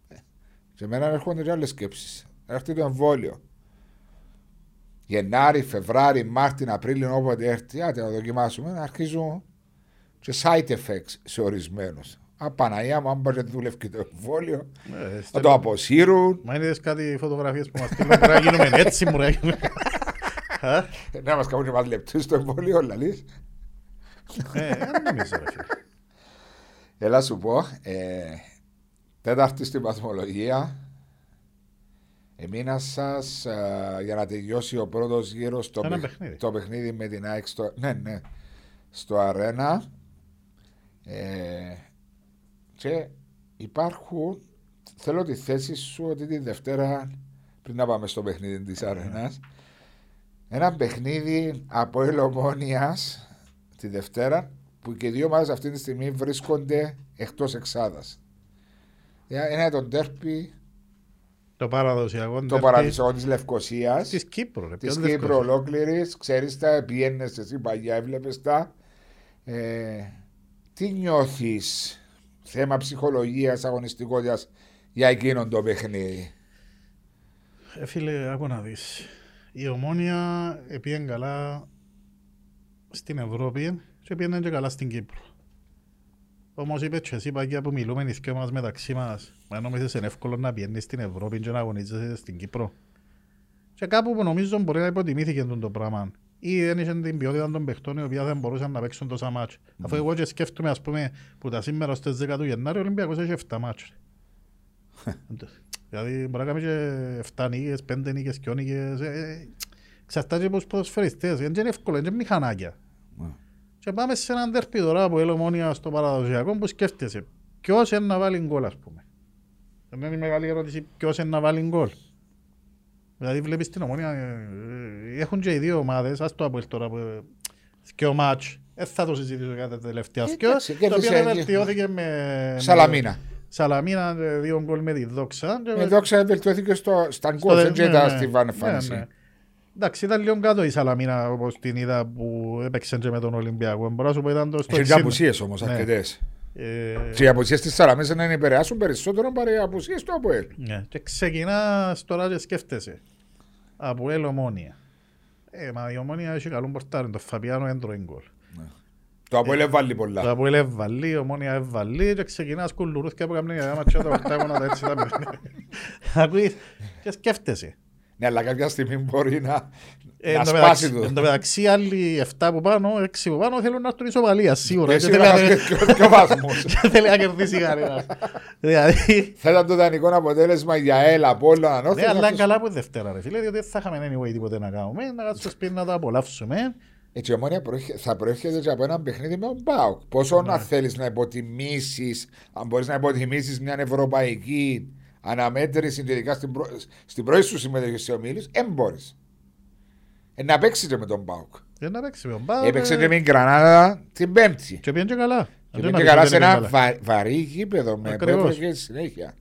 Ε, Σε μένα έρχονται και άλλες σκέψεις. Έρχεται το εμβόλιο. Γενάρη, Φεβράρη, Μάρτιν, Απρίλιο, όποτε έρθει, άτε να δοκιμάσουμε, να αρχίζουν και side effects σε ορισμένους. Απαναία μου, αν μπορεί να δουλεύει και το εμβόλιο, Ε, να το αποσύρουν, Μα είδες κάτι φωτογραφίες που μας στείλουν, μπορεί να γίνουμε έτσι, μπορεί να γίνουμε... Α, Ε, να μας κάνουν και μας λεπτούς στο εμβόλιο, λαλείς. ε, δεν νομίζω, ρε φίλε. Έλα σου πω, ε, τέταρτη στην βαθμολογία. Εμείνα σας για να τελειώσει ο πρώτος γύρος το, Ένα παιχ- παιχνίδι. το παιχνίδι με την ΑΕΚ στο, ναι, ναι, στο αρένα. Ε, και υπάρχουν. Θέλω τη θέση σου ότι τη Δευτέρα, πριν να πάμε στο παιχνίδι Ε, τη ναι. αρένας, ένα παιχνίδι από ελομόνιας τη Δευτέρα που και οι δύο ομάδες αυτή τη στιγμή βρίσκονται εκτός εξάδας. Ε, Ένα το τέρπι, Το παραδοσιακό το ντέρμπι παραδοσιακό της Λευκοσίας, της Κύπρου. ρε, της ποιον δεν Κύπρου σκέφτεσαι. ολόκληρης, ξέρεις τα, πιένες εσύ παλιά, έβλεπες τα. Ε, τι νιώθεις, θέμα ψυχολογίας, αγωνιστικότητας για εκείνον το παιχνίδι. Ε, φίλε, άκου να δεις. Η Ομόνια πήγαινε καλά στην Ευρώπη και πήγαινε και καλά στην Κύπρο. Όμως είπες και εσύ παγιά που μιλούμε οι δυο μας μεταξύ μας μα νομίζεις είναι εύκολο να πιένεις στην Ευρώπη και να αγωνίζεσαι στην Κύπρο. Και κάπου που νομίζω μπορεί να υποτιμήθηκε τον το πράγμα ή δεν είχε την ποιότητα των παιχτών οι οποίοι δεν μπορούσαν να παίξουν τόσα μάτς. Αφού εγώ και σκέφτομαι ας πούμε που τα σήμερα στις 10 του Γενάρη ο Ολυμπιακός έχει 7 μάτς. ρε. Δηλαδή μπορεί να κάνεις και 7 νίκες, 5 νίκες, 2 νίκες. ε, ε, Εξαρτάται από τους ποδοσφαιριστές. Δεν είναι εύκολο, δεν είναι μηχανάκια. Και πάμε σε έναν τέρπι τώρα που έλα μόνια στο παραδοσιακό που σκέφτεσαι. Ποιος είναι να βάλει γκολ ας πούμε. Δεν είναι η μεγάλη ερώτηση ποιος είναι να βάλει γκολ. Δηλαδή βλέπεις την ομόνια, ε, ε, έχουν και οι δύο ομάδες, ας το απολύτω τώρα που ε, δυο μάτς. Δεν θα το συζητήσω για τα τελευταία δυο, Εντάξει, το οποίο κέρδισε- δεν βελτιώθηκε με... Σαλαμίνα. Σαλαμίνα, ε, δύο γκολ με τη δόξα. και- Εδώ ξεβελτιώθηκε στο στο Στανκό, δε- δεν ήταν ναι, στη ναι. Βανεφάνιση. Ναι, ναι. Εντάξει, ήταν λίγο κάτω η Σαλαμίνα όπως την είδα που έπαιξε και με τον Ολυμπιακό. Μπορώ να σου πω ήταν το στο Έχει 60. απουσίες όμως Ναι. αρκετές. Ε, Και οι απουσίες της Σαραμίσα να επηρεάσουν περισσότερο παρά οι απουσίες του Αποέλ. ναι. Και ξεκινάς τώρα και σκέφτεσαι. Από ελ ομόνια. Ε, μα η ομόνια έχει καλό πορτάρι. Το Φαπιάνο έντρο γκολ. Το Ε, Αποέλ έβαλε πολλά. Το από ελ ευβαλεί, η ομόνια ευβαλεί και ξεκινάς κουλουρούθκια που κάνουν για μάτσια τα οκτάγωνα τα έτσι τα παιχνίδια. Ακούεις και σκέφτεσαι. Ναι, αλλά κάποια στιγμή μπορεί να, Ε, εν να τω σπάσει μεταξύ- Εν τω το. μεταξύ, άλλοι 7 που πάνω, 6 που πάνω θέλουν να έρθουν ισοβαλία σίγουρα. Ε, Και Και σίγουρα θέλει να- θα σκεφτεί και ο βαθμό. και θέλει να κερδίσει κανένας. Δηλαδή. Θα ήταν το ιδανικό αποτέλεσμα για ΕΛ από όλο αν Ναι, αλλά είναι καλά που Δευτέρα, ρε φίλε, διότι δεν θα είχαμε anyway τίποτε να κάνουμε. Να κάτσουμε στο σπίτι να το απολαύσουμε. Έτσι, η ομόνια προέρχε- θα προέρχεται και από ένα παιχνίδι με τον Μπάουκ. Πόσο Ναι. να θέλεις να υποτιμήσεις, αν μπορείς να υποτιμήσεις μια ευρωπαϊκή αναμέτρηση, ειδικά στην, προ... στην πρώτη σου συμμετοχή σε ομίλους, δεν μπορείς. Ε, να παίξεις και με τον Μπάουκ. Δεν Ε, να παίξεις με τον Πάο. ε, Έπαιξε και με την Γρανάδα την Πέμπτη. Και πήγαινε και καλά. Και Δεν πήγε να καλά πεις σε ότι δεν ένα πήγαινε βα- βαρύ γήπεδο με Ακριβώς. πέτρο και συνέχεια.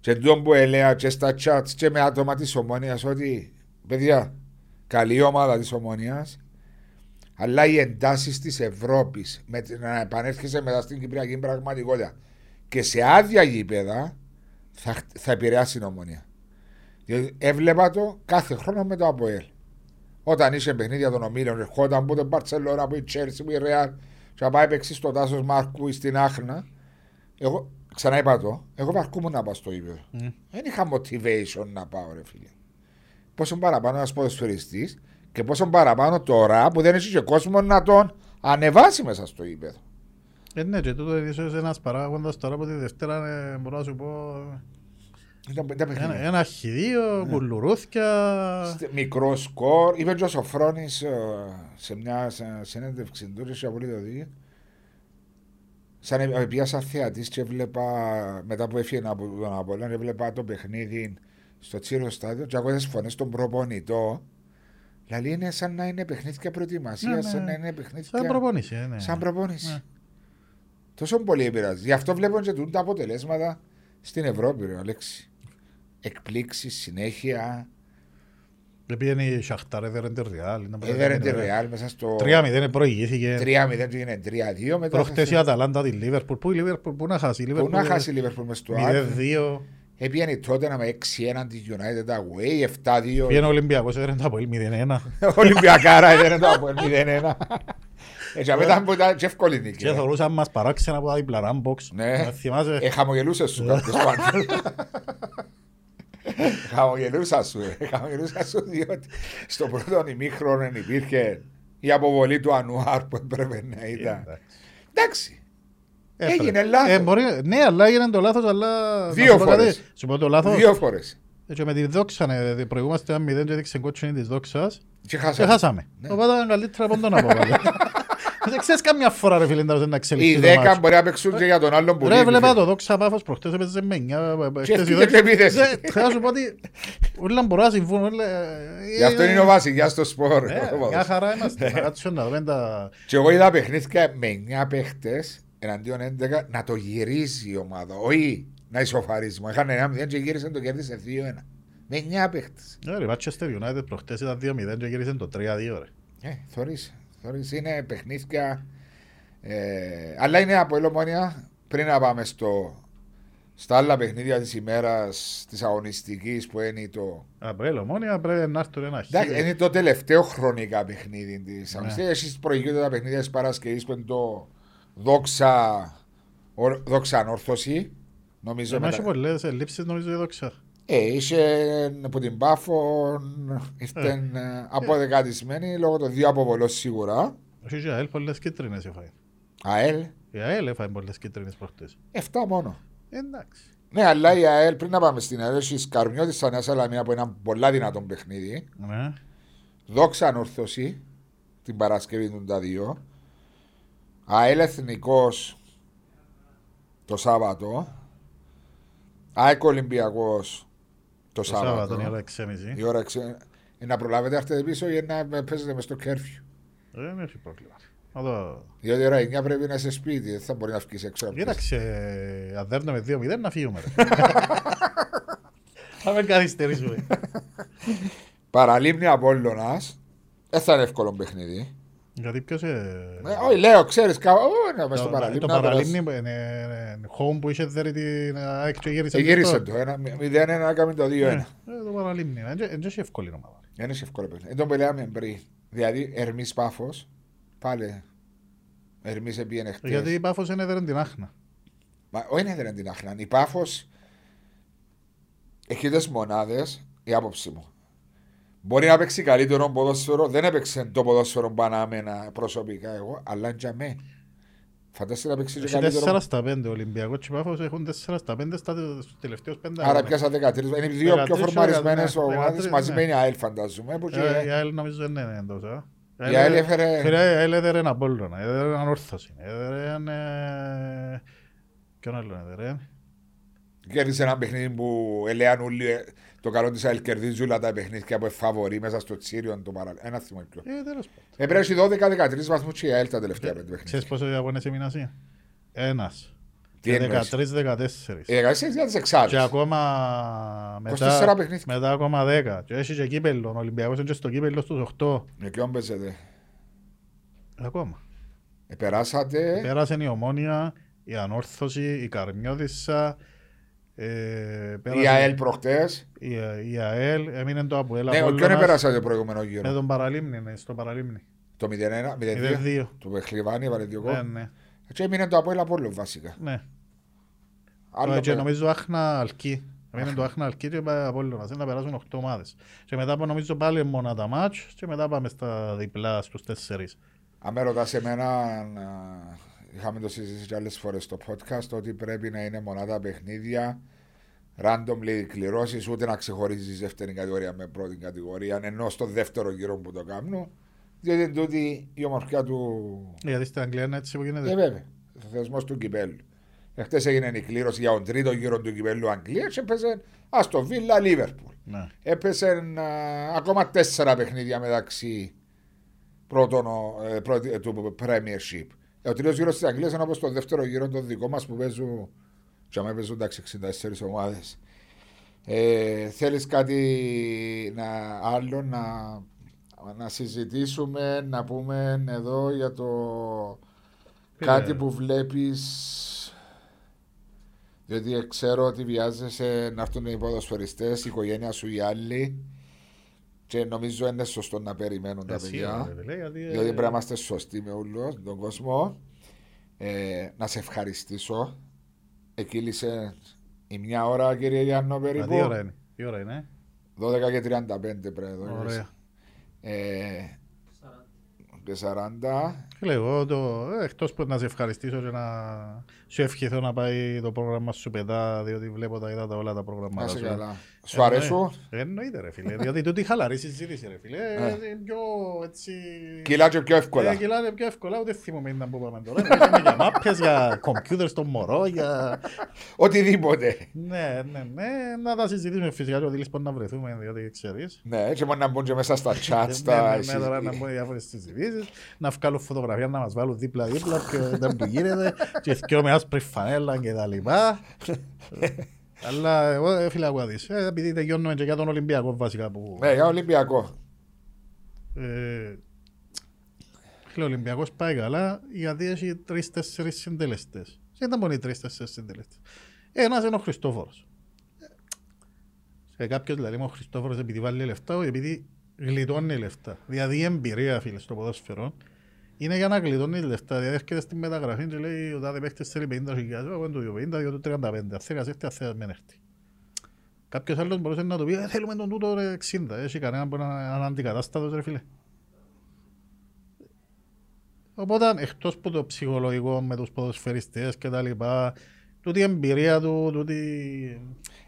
Και τον που ελέα και στα τσάτ και με άτομα της ομόνοια ότι παιδιά, καλή ομάδα της ομόνοια. Αλλά οι εντάσεις της Ευρώπης με την να επανέρχεσαι μετά στην Κυπριακή πραγματικότητα και σε άδεια γήπεδα θα, χτ- θα επηρεάσει την ομόνοια. Διότι έβλεπα το κάθε χρόνο με το ΑΠΟΕΛ. Όταν είσαι παιχνίδια των ομίλων, ερχόταν που την Μπαρσελόνα, που η Τσέρση, που η Ρεάλ, και να πάει παίξει στο Τάσος Μάρκου ή στην Άχνα. Εγώ ξανά είπα το, εγώ βαρκούμουν να πάω στο ύπεδο. Μμμ. Δεν είχα motivation να πάω, ρε φίλε. Πόσο παραπάνω ένας ποδοσφαιριστής και πόσο παραπάνω τώρα που δεν έχει και κόσμο να τον ανεβάσει μέσα στο ύπεδο. καλά. Ε, Ναι, και τούτο είναι ίσως ένας παράγοντας τώρα από τη Δευτέρα, ε, μπορώ να σου πω, Ήταν πέντε ένα- παιχνίδια. ένα Ναι. χιδίο, κουλουρούθκια. Στε- Μικρό σκορ. Είπε και ο Σοφρόνης σε μια σε- συνέντευξη του, είχε απολύτω δίκιο. Σαν ε- ε, πιάσα θεατής και έβλεπα μετά που έφυγε από τον Απολόν, έβλεπα το παιχνίδι στο Τσίριο Στάδιο και ακούγες φωνές των προπονητών Δηλαδή είναι σαν να είναι παιχνίδια προετοιμασίας, Ναι, ναι. σαν να είναι παιχνίδια. Σαν προπόνηση, ε, ναι. σαν προπόνηση. Ναι. Τόσο πολύ επηρεάζει. Γι' αυτό βλέπω και τούτα τα αποτελέσματα στην Ευρώπη, ρε Αλέξη. Εκπλήξεις συνέχεια. Επειδή είναι η Σαχτάρ, έδερε τη Ρεάλ. ήταν πρώτη, Έδερε τη ήταν Ρεάλ μέσα στο 3-0 προηγήθηκε. 3-0 του έγινε 3-2. Μετά Προχτές η Αταλάντα τη Λίβερπουλ. Πού η Λίβερπουλ, πού να χάσει η Που Λίβερπουλ. ναι. ε, να χάσει η Λίβερπουλ μες στο Άρη. 0-2. Έπιανε η Tottenham με 6-1 τη United away, 7-2. Πήγαινε ο Ολυμπιακός, έδερε τα πολύ 0-1. Ολυμπιακάρα έδερε το Αποέλ 0-1. Έτσι απέτα μου ήταν Ε, και εύκολη νίκη. Και θεωρούσαν μας παράξενα από τα διπλανά box. Ναι. Να θυμάσαι. Ε, χαμογελούσες σου κάποιος πάντα. Χαμογελούσας σου, ε. χαμογελούσας σου διότι στο πρώτο ημίχρονο υπήρχε η αποβολή του Ανουάρ που έπρεπε να ήταν. εντάξει. Εντάξει, Έπρεπε. Έγινε λάθος. Ε, μπορεί- Ναι, αλλά έγινε το λάθος, αλλά... να Δύο σου πω κάτι. φορές. Σου πω το λάθος. δύο φορές. Και με τη δόξα, ναι, προηγούμαστε ένα μηδέν και έδειξε κότσινη της δόξας Και και χάσαμε. Ναι. χάσαμε. Οπότε ήταν καλύτερα από τον αποβάλλον. Δεν ξέρεις καμιά φορά ρε φίλε να να Οι εξελιχθεί το δέκα μάτς. μπορεί να παίξουν και για τον άλλον που Ρε λείπει. βλέπα το δόξα πάφος προχτές έπαιζε ε, με εννιά. Και χτες η έφυγε Δόξα- και επίδεση. Δεν- Θα σου πω ότι όλα μπορούν να συμβούν. όλα- Γι' αυτό είναι ο Βάσης, για στο σπορ. Ε, Ο Μια Βάσης. χαρά είμαστε. Να κάτσουμε να δούμε τα... Και εγώ είδα παιχνίδια με 9 παίχτες εναντίον 11 να το γυρίζει η ομάδα. Όχι να ισοφαρίσουμε. Είχαν 1-0 και γύρισαν το κέρδισαν 2-1. Με 9 παίχτε. Ναι, ρε, η Manchester United προχτές ήταν 2-0 και γύρισε το 3-2 ρε. Ε, θωρείς, θωρείς. Είναι παιχνίδια. Ε, αλλά είναι από ελομόνια. Πριν να πάμε στο, στα άλλα παιχνίδια της ημέρας της αγωνιστικής που είναι το. Απρέλ, ομόνια, πρέπει να έρθουν ένα χ. Εντάξει, είναι το τελευταίο χρονικά παιχνίδι της αγωνιστική. Εσεί προηγούνται τα παιχνίδια της Παρασκευής που είναι το δόξα, ορ- δόξα ανόρθωση. Νομίζω Μα έχει μετά. πολλές ελλείψεις νομίζω η δόξα. Ε, είσαι από την Πάφο, ήρθε αποδεκατισμένη λόγω των δύο αποβολών σίγουρα. Έχει και η ΑΕΛ πολλές κίτρινες έφαγε. ΑΕΛ, Η ΑΕΛ έφαγε πολλές κίτρινες προχτές. 7 μόνο. Εντάξει. Ναι, αλλά η ΑΕΛ πριν να πάμε στην ΑΕΛ, έχει Σκαρμιώτη σαν Νέα Σαλαμία από ένα πολλά δυνατό παιχνίδι. Ναι. Δόξα ανόρθωση την Παρασκευή του τα δύο. ΑΕΛ Εθνικός το Σάββατο. ΑΕΚ Ολυμπιακός το, Το Σάββατο ναι, η ώρα Σάββατο. ε. 6.30. Η ώρα ξέ... ε, να προλάβετε έρθετε πίσω για να με παίζετε μες στο κέρφιου. Δεν έχει πρόβλημα. Να το... Διότι η ώρα 9 πρέπει να είσαι σπίτι, δεν θα μπορεί να βγει έξω. Ε, από το- Κοίταξε, αν δέρνουμε με 2-0 να φύγουμε. ρε. Θα με καθυστερήσουμε. Παραλίμνη Απόλλωνας. Δεν θα είναι εύκολο παιχνίδι. Γιατί ποιος... ε, Ε, Όχι, λέω, ξέρεις κάπου. Όχι, με το- ναι, στο παραλίμνη. Το να περάσει. παραλίμνη είναι- είναι είναι home που είχε δέρει την ΑΕΚ και Ε, γύρισε. Γύρισε το. 0-1 έκαμε το 2-1. Ναι, ε, Το παραλίμνη. ε, Δεν είναι εύκολη ομάδα. Δεν είναι εύκολο παιχνίδι. Εν τον πελάμε πριν. Δηλαδή, Ερμής Πάφος, πάλι. Ερμής επίενε χτες. Γιατί η Πάφος είναι δέρνει την άχνα. Μα όχι είναι δεν την άχναν. Η Πάφος έχει τι μονάδες, η άποψη μου. Μπορεί να παίξει καλύτερο ποδόσφαιρο, δεν έπαιξε το ποδόσφαιρο πανάμενα προσωπικά εγώ, αλλά για με. Φαντάζεσαι να παίξει και Έχει καλύτερο. 4 στα 5 ο Ολυμπιακός και η Πάφος έχουν 4 στα 5 στα- στους τελευταίους 5 Άρα πιάσα 13. Είναι οι δύο 13, πιο φορμαρισμένε ναι, ομάδε 13, μαζί ναι. με είναι ΑΕΛ, φαντάζομαι. που και- Ε, Η ΑΕΛ νομίζω δεν είναι εντός. ε. Η ΑΕΛ έφερε- Φίλε, η ΑΕΛ έδερε έναν Απόλλωνα, έδερε έναν Όρθωση, έδερε έναν... ε, Ποιον άλλον έδερε. ε. Κέρδισε ένα παιχνίδι που ελέαν όλοι ε, το καλό της ΑΕΛ κερδίζει όλα τα παιχνίδια που εφαβορεί μέσα στο Τσίριον το παράλληλο. Ένα θυμό πιο. Ε, τέλος πάντων. Επρέσει 12-13 βαθμούς και η ΑΕΛ τα τελευταία πέντε παιχνίδια. Ξέρεις πόσοι Ιαπωνές έμειναν εσύ. Ένας. Τι εννοείς? Ε, 13-14. Η εργασία για τι εξάρτητε. Και ακόμα μετά, 24 παιχνίδια. μετά ακόμα 10. Και έχει και κύπελλο, ο Ολυμπιακός είναι και στο κύπελλο στους 8. Με ποιον Ε, παίζετε. Ακόμα. Ε, περάσατε. Πέρασε η Ομόνια, η Ανόρθωση, η Καρμιώδησα. Ε, πέρασε Η ΑΕΛ προχτές. Η, η ΑΕΛ, έμεινε το Αποέλ Ναι, ο ποιον Απόλλωνας επέρασατε το προηγούμενο με γύρο. τον Παραλίμνη, ναι, στο Παραλίμνη. Το 0-1, 0-2. 0-2. Το Πεχλιβάνι, έβαλε δύο Ναι, γκολ. ναι. Και έμεινε το Απόελ Απόλλων βασικά. ναι. Ε, Άλλο και πέρα. νομίζω άχνα αλκή. Έμεινε το άχνα αλκή και πάει Απόλλωνας, είναι να περάσουν 8 ομάδες. Και μετά πάμε, νομίζω πάλι μόνα τα μάτς και μετά πάμε στα διπλά στους τέσσερις. Αν με ρωτάς εμένα, να- είχαμε το συζητήσει και άλλες φορές στο podcast, ότι πρέπει να είναι μονάδα παιχνίδια, randomly κληρώσεις, ούτε να ξεχωρίζεις δεύτερη κατηγορία με πρώτη κατηγορία, ενώ στο δεύτερο γύρο που το κάνω, διότι είναι τούτη η ομορφιά του... Γιατί στην Αγγλία είναι έτσι που Ε, γίνεται. βέβαια, ο θεσμός του κυπέλου. Εχθές έγινε η κλήρωση για τον τρίτο γύρο του κυπέλου Αγγλίας και έπαιζε Αστον Βίλα Λίβερπουλ. Ναι. Έπαιζε ακόμα τέσσερα παιχνίδια μεταξύ πρώτων, ε, πρώτη- του Premiership. Ε, Ο τρίτος γύρος της Αγγλίας είναι όπως το δεύτερο γύρο των δικό μας που παίζουν. Και αμέσω παίζουν εντάξει 64 ομάδες. Ε, Θέλεις κάτι να, άλλο να, να συζητήσουμε, να πούμε εδώ για το. Ε. Κάτι που βλέπεις διότι ξέρω ότι βιάζεσαι να έρθουν οι ποδοσφαιριστές, η οικογένεια σου οι άλλοι. Και νομίζω είναι σωστό να περιμένουν τα Εσύ, ρε, παιδιά. φίλε, γιατί, ε, Διότι Δηλαδή πρέπει να είμαστε σωστοί με όλο τον κόσμο. Ε, να σε ευχαριστήσω. Εκείλησε η μια ώρα, κύριε Γιάννο, Α, τι περίπου. ώρα είναι. Τι ώρα είναι. 12 και 35 πρέπει να ε? δω. Ωραία. Ε, και 40. Φίλε, εγώ το, ε, εκτός που να σε ευχαριστήσω και να σου ευχηθώ να πάει το πρόγραμμα σου πετά, διότι βλέπω τα είδα τα όλα τα Να προγράμματα σε σου. Ε, καλά. Σου Εννοεί- αρέσουν. Εννοείται ρε φίλε, διότι τούτη χαλαρή συζήτηση ρε φίλε, Ε. είναι πιο έτσι... Κιλά και πιο εύκολα. Ε, κυλάνε πιο εύκολα, ούτε θυμούμε ήταν που πάμε τώρα. Μιλάμε για μάπες, για κομπιούτερ στο μωρό, για... Οτιδήποτε. ναι, ναι, ναι, να τα συζητήσουμε φυσικά και ότι λες να βρεθούμε, διότι ξέρεις. Ναι, έτσι μόνο να μπουν και μέσα στα Ε, chat, ναι, στα... ναι, ναι, τώρα να μπουν διάφορες συζητήσεις, να βγάλουν φωτογραφία, να μας βάλουν δίπλα-δίπλα, ποιο ήταν που γίνεται, και θυκιό με άσπρη φανέλα και τα λοιπά. Αλλά εγώ ε, φίλε ακούω να δεις. Ε, επειδή τελειώνουμε και για τον Ολυμπιακό βασικά που... Ναι, για Ολυμπιακό. Ε, Φίλε, ο Ολυμπιακός πάει καλά γιατί έχει τρεις-τέσσερις συντελεστές. Δεν ήταν μόνο οι τρεις-τέσσερις συντελεστές. Ένας είναι ο Χριστόφορος. Σε κάποιος δηλαδή ο Χριστόφορος επειδή βάλει λεφτά, επειδή γλιτώνει λεφτά. Δηλαδή η εμπειρία φίλε στο ποδόσφαιρο είναι για να γλιτώνει λεφτά. Δηλαδή έρχεται στη μεταγραφή και λέει ο τάδε παίχτης θέλει 50 χιλιάδες, εγώ του δύο 50, δύο του 35. Αν θέλει ας έρθει, αν θέλει ας μην έρθει. Κάποιος άλλος μπορούσε να του πει «Ε, θέλουμε τον τούτο ρε 60, έχει κανέναν που να είναι αντικατάστατος ρε φίλε. Οπότε, εκτός από το ψυχολογικό με τους ποδοσφαιριστές και τα λοιπά, τούτη η εμπειρία του, τούτη.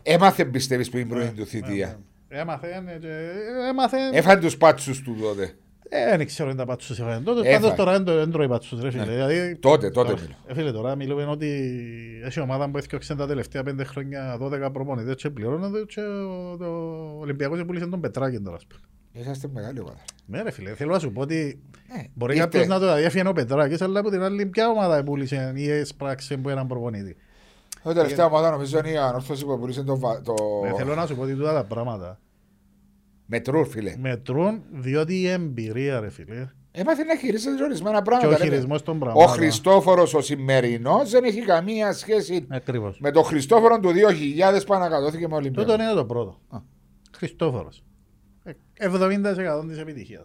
Έμαθε πιστεύεις πριν πρώην του Ναι, θητεία. ναι. Έμαθε, και- έμαθε. Έφανε τους πάτσους του τότε. Ε, Δεν ξέρω αν τα πατσούσε έφαγε τότε. Έφαγε. Πάντως τώρα δεν το- δεν τρώει πατσούς, ρε φίλε. Δηλαδή, Ε, Ναι. Τότε, τότε τώρα- μιλώ. ε, Φίλε, τώρα μιλούμε ότι έχει ομάδα που έφτιαξε τα τελευταία πέντε χρόνια 12 προπονητές και πληρώνονται και ο- το Ολυμπιακός επούλησε τον Πετράκη τώρα. ας πούμε. Είσαστε μεγάλη ομάδα. Ναι ρε φίλε, θέλω να σου πω ότι Ε, Μπορεί είτε- κάποιος να το διέφυγε ο Πετράκης, αλλά από την άλλη ποια ομάδα πούλησε ή έσπραξε που έναν προπονητή. Η τελευταία ομάδα νομίζω είναι η ανόρθωση που πουλήσε το... βα- το... Ε, Θέλω να σου πω ότι τούτα τα πράγματα Μετρούν, φίλε. μετρούν διότι η εμπειρία ρε φίλε Έμαθε να χειρίζεται ορισμένα και ο πράγματα. ρε. χειρισμός των Ο πραγμάτων. Χριστόφορος ο σημερινός δεν έχει καμία σχέση Ακριβώς. με τον Χριστόφορο του 2000 που ανακατώθηκε με Τούτο Ολυμπιακό. είναι το πρώτο. Χριστόφορος. Ε, 70% της επιτυχίας.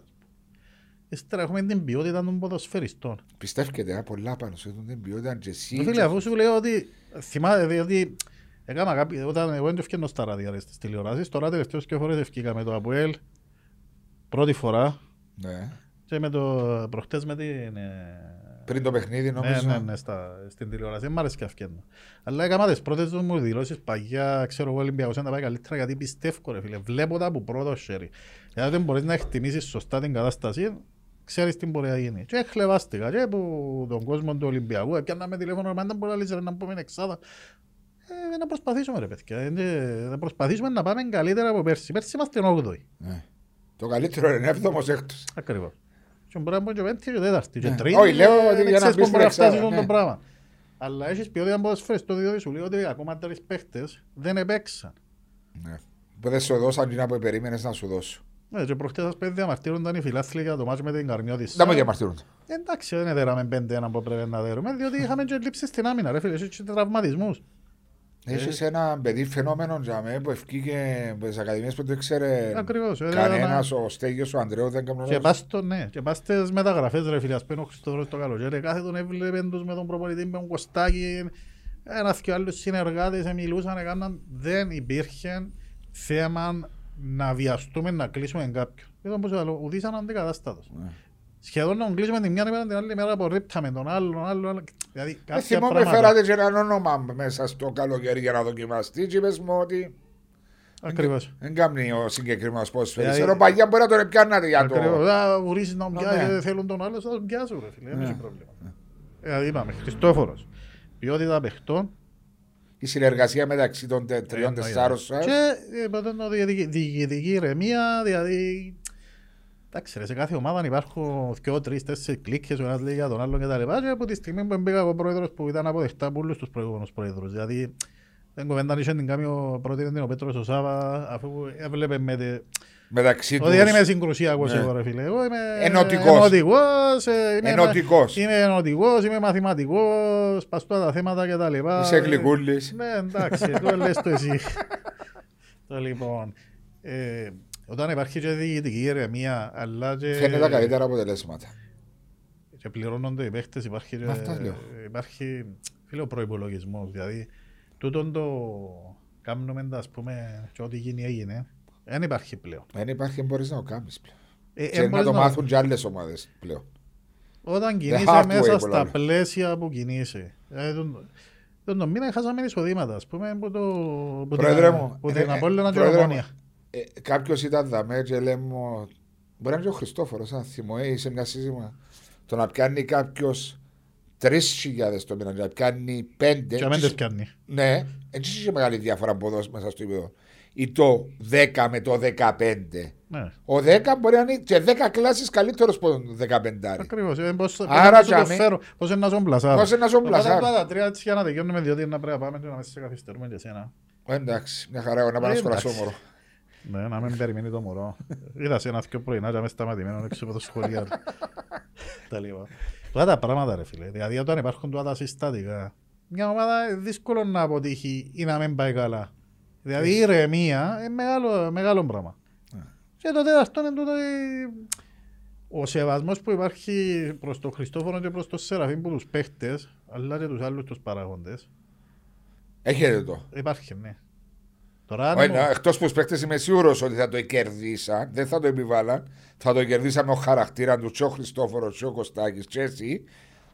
Ύστερα έχουμε την ποιότητα των ποδοσφαιριστών. Πιστεύετε, α, πολλά πάνω σε αυτόν την ποιότητα και εσύ. Φίλε, αφού σου λέω ότι θυμάται διότι έκανα κάποιοι, όταν εγώ δεν ευκαινώ στα ράδια ρε, στις τηλεοράσεις, τώρα τελευταίες και φορές ευκήκα με το ΑΠΟΕΛ πρώτη φορά Ναι. και με το προχτές με την... ε, Πριν το παιχνίδι Ναι, νομίζω. ναι, ναι, στα, στην τηλεόραση. Μ' αρέσει και αυκένω. Αλλά έκανα τις πρώτες μου δηλώσεις παγιά, ξέρω εγώ, Ολυμπιακός να τα πάει καλύτερα, γιατί πιστεύω, ρε φίλε. Βλέπω τα από πρώτο χέρι. Γιατί δεν μπορείς να εκτιμήσεις σωστά την κατάσταση, ξέρεις τι μπορεί να γίνει. Και χλεβάστηκα και από τον κόσμο του Ολυμπιακού, έπιανα με τηλέφωνο, μα δεν μπορεί να λύσει, ρε, να πούμε εξάδα. Ε, να προσπαθήσουμε ρε παιδιά, Ε, να προσπαθήσουμε να πάμε καλύτερα από πέρσι. Πέρσι είμαστε 8η. Ναι. Το καλύτερο είναι έβδομος έκτος. Ακριβώς. Και μπορεί να μπουν και πέμπτη και τέταρτη και Ναι. τρίτη. Όχι, λέω ε, ότι δεν για να ξέρεις μπεις πού μπορεί να στην φτάσεις εξάδα, αυτό το ναι. πράγμα. Αλλά έχεις ποιότητα ποδοσφαίρες, το διότι σου λέει ότι ακόμα τρεις παίχτες δεν επέξαν. Ναι. Που δεν σου δώσαν την που περίμενες να σου δώσω. Ναι, και προχτές ας πέντε διαμαρτύρονταν οι φιλάθλοι για το μάτσο με την Καρμιώτης. Δεν μου διαμαρτύρονται. Εντάξει, δεν έδεραμε 5-1 που πρέπει να δέρουμε, διότι είχαμε και λήψεις στην άμυνα, ρε φίλε, έχεις και τραυματισμούς. Ε. Έχεις ένα παιδί φαινόμενο για μέ που ευκήκε από τις ακαδημίες που δεν ξέρε Ακριβώς, ε, κανένας, ήταν- ο Στέγιος, ο Ανδρέου δεν κάνω Και λόγο. πας στο, ναι, και πας στις μεταγραφές ρε φίλε, ας πένω ο Χριστόφορος το καλοκαίρι, κάθε τον έβλεπε τους με τον προπονητή, με τον Κωστάκη, ένας και άλλους συνεργάτες, ε, μιλούσαν, έκαναν, δεν υπήρχε θέμα να βιαστούμε να κλείσουμε κάποιον. Ήταν πως άλλο, ουδής ήταν αντικατάστατος. Ναι. Σχεδόν να τον κλείσουμε την μια μέρα, την άλλη μέρα απορρίπταμε τον άλλον, άλλον, άλλον. Δηλαδή Ε, κάποια Θυμόμαι πράγματα. φέρατε και έναν όνομα μέσα στο καλοκαίρι για να δοκιμαστεί και είπες μου ότι Ακριβώς. δεν κάνει ο συγκεκριμένος πώς φέρεις. Δηλαδή- Ενώ παλιά μπορεί να τον πιάνατε για το... Ακριβώς. Α, Ουρίσεις να τον Ναι, πιάσεις, ναι. θέλουν τον άλλο, θα τον πιάσουν ρε φίλε, δεν έχει πρόβλημα. Δηλαδή είπαμε, Ε, Χριστόφορος. ποιότητα παιχτών. Η συνεργασία μεταξύ των Ε, τε- τριών εννοείται. τεσσάρων σας. Και ε, είπατε να διαδικα- διοικητική ηρεμία, δηλαδή. Εντάξει, ρε, σε κάθε ομάδα υπάρχουν δυο, τρεις, τέσσερις κλικε, ο ένας λέει για τον άλλον και τα λοιπά. Και από τη στιγμή που μπήκα εγώ πρόεδρος που ήταν αποδεκτά από όλους τους προηγούμενους πρόεδρους. Δηλαδή, δεν κουβέντα είχε την κάνει ο πρότεινε την ο Πέτρος ο Σάβα, αφού έβλεπε με. Τε... Μεταξύ τους. Ότι δεν είμαι συγκρουσιακό Ναι. εγώ, ρε φίλε. Εγώ είμαι Ενωτικός. ενωτικός, ε, είμαι- Ενωτικός. Είμαι ενωτικός, είμαι μαθηματικός, παστώ τα θέματα και τα λοιπά. Είσαι γλυκούλης. Ναι, εντάξει, το λες το εσύ. το λοιπόν. Ε, όταν υπάρχει και διοικητική ηρεμία, αλλά και, Φαίνεται τα καλύτερα αποτελέσματα. και πληρώνονται οι παίχτες, υπάρχει, και, Μα αυτά λέω. υπάρχει φίλε, ο προϋπολογισμός. Δηλαδή, τούτον το κάνουμε, ας πούμε, και ό,τι γίνει έγινε. Δεν υπάρχει πλέον. Δεν υπάρχει, δεν μπορείς να το κάνεις πλέον. Ε, Και εν να μπορείς το μάθουν και άλλες ομάδες πλέον. Όταν hard κινείσαι way, μέσα πολλά στα λένε. πλαίσια που κινείσαι. Ε, τον, τον, τον μήνα χάσαμε εισοδήματα, ας πούμε, που, το, που Πρόεδρε την, μου, που ε, την ε, Απόλλωνα και πρόεδρε Ομόνια. Ε, Κάποιος ήταν δαμέ και λέμε, «Ω, μπορεί να είναι και ο Χριστόφορος, αν θυμώ, ή σε μια σύζυγμα. Το να πιάνει κάποιος 3.000 το μήνα, και να πιάνει 5. Και αμέντες πιάνει. Ναι, έτσι είχε μεγάλη διαφορά από εδώ μέσα στο επίπεδο. Ή το 10 με το 15. Ναι. Ο 10 μπορεί να είναι και 10 κλάσεις καλύτερος από τον 15. Ακριβώς. Ε, πώς, πώς Άρα, να σου το τζάμε. φέρω, πώς είναι να ζω μπλασάρω. Πώς είναι να ζω μπλασάρω. Πάντα τα τρία έτσι για να τελειώνουμε, διότι να πρέπει να πάμε και να μέσα σε καθυστερούμε και εσένα. Εντάξει, μια χαρά, εγώ να πάω Ε, στο εντάξει. κρασόμορο. Ναι, να μην περιμένει το μωρό. Είδα σε ένα δυο πρωινά και αμέσως σταματημένο έξω από το σχολείο. Τα λοιπά. Τώρα τα πράγματα ρε φίλε, δηλαδή όταν υπάρχουν τώρα τα συστατικά, μια ομάδα ε, δύσκολο να αποτύχει ή να μην πάει καλά. Δηλαδή η ηρεμία είναι μεγάλο, μεγάλο πράγμα. Και το τέταρτο είναι τούτο ε, ο σεβασμός που υπάρχει προς τον Χριστόφορο και προς τον Σεραφείμ που τους παίχτες, αλλά και τους άλλους τους παραγόντες, Έχετε το. υπάρχει ναι. Τώρα, αν μου- Εκτός που του παίχτε είμαι σίγουρος ότι θα το κερδίσαν, δεν θα το επιβάλλαν. Θα το κερδίσαν με ο χαρακτήρας του, και ο Χριστόφορο, και ο Κωστάκη, και εσύ.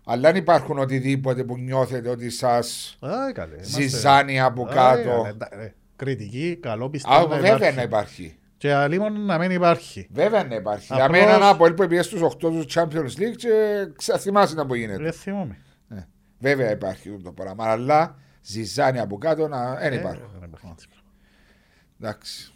Αλλά αν υπάρχουν οτιδήποτε που νιώθετε ότι σας Α, καλέ, Ε, είμαστε- ζυζάνει από Α, κάτω. καλέ, τα- ρε. ε, Κριτική, καλό Α, πιστεύω να βέβαια να υπάρχει. υπάρχει. Και αλλήμον να μην υπάρχει. Βέβαια να υπάρχει. Για Απλώς- μένα ένα από που πήγε στου 8 τους Champions League και ξαθυμάσαι να που γίνεται. Δεν θυμόμαι. Ε, Βέβαια υπάρχει το πράγμα. Αλλά ζυζάνει από κάτω να. Δεν Ε, υπάρχουν. δεν υπάρχει έτσι πράγμα. Εντάξει.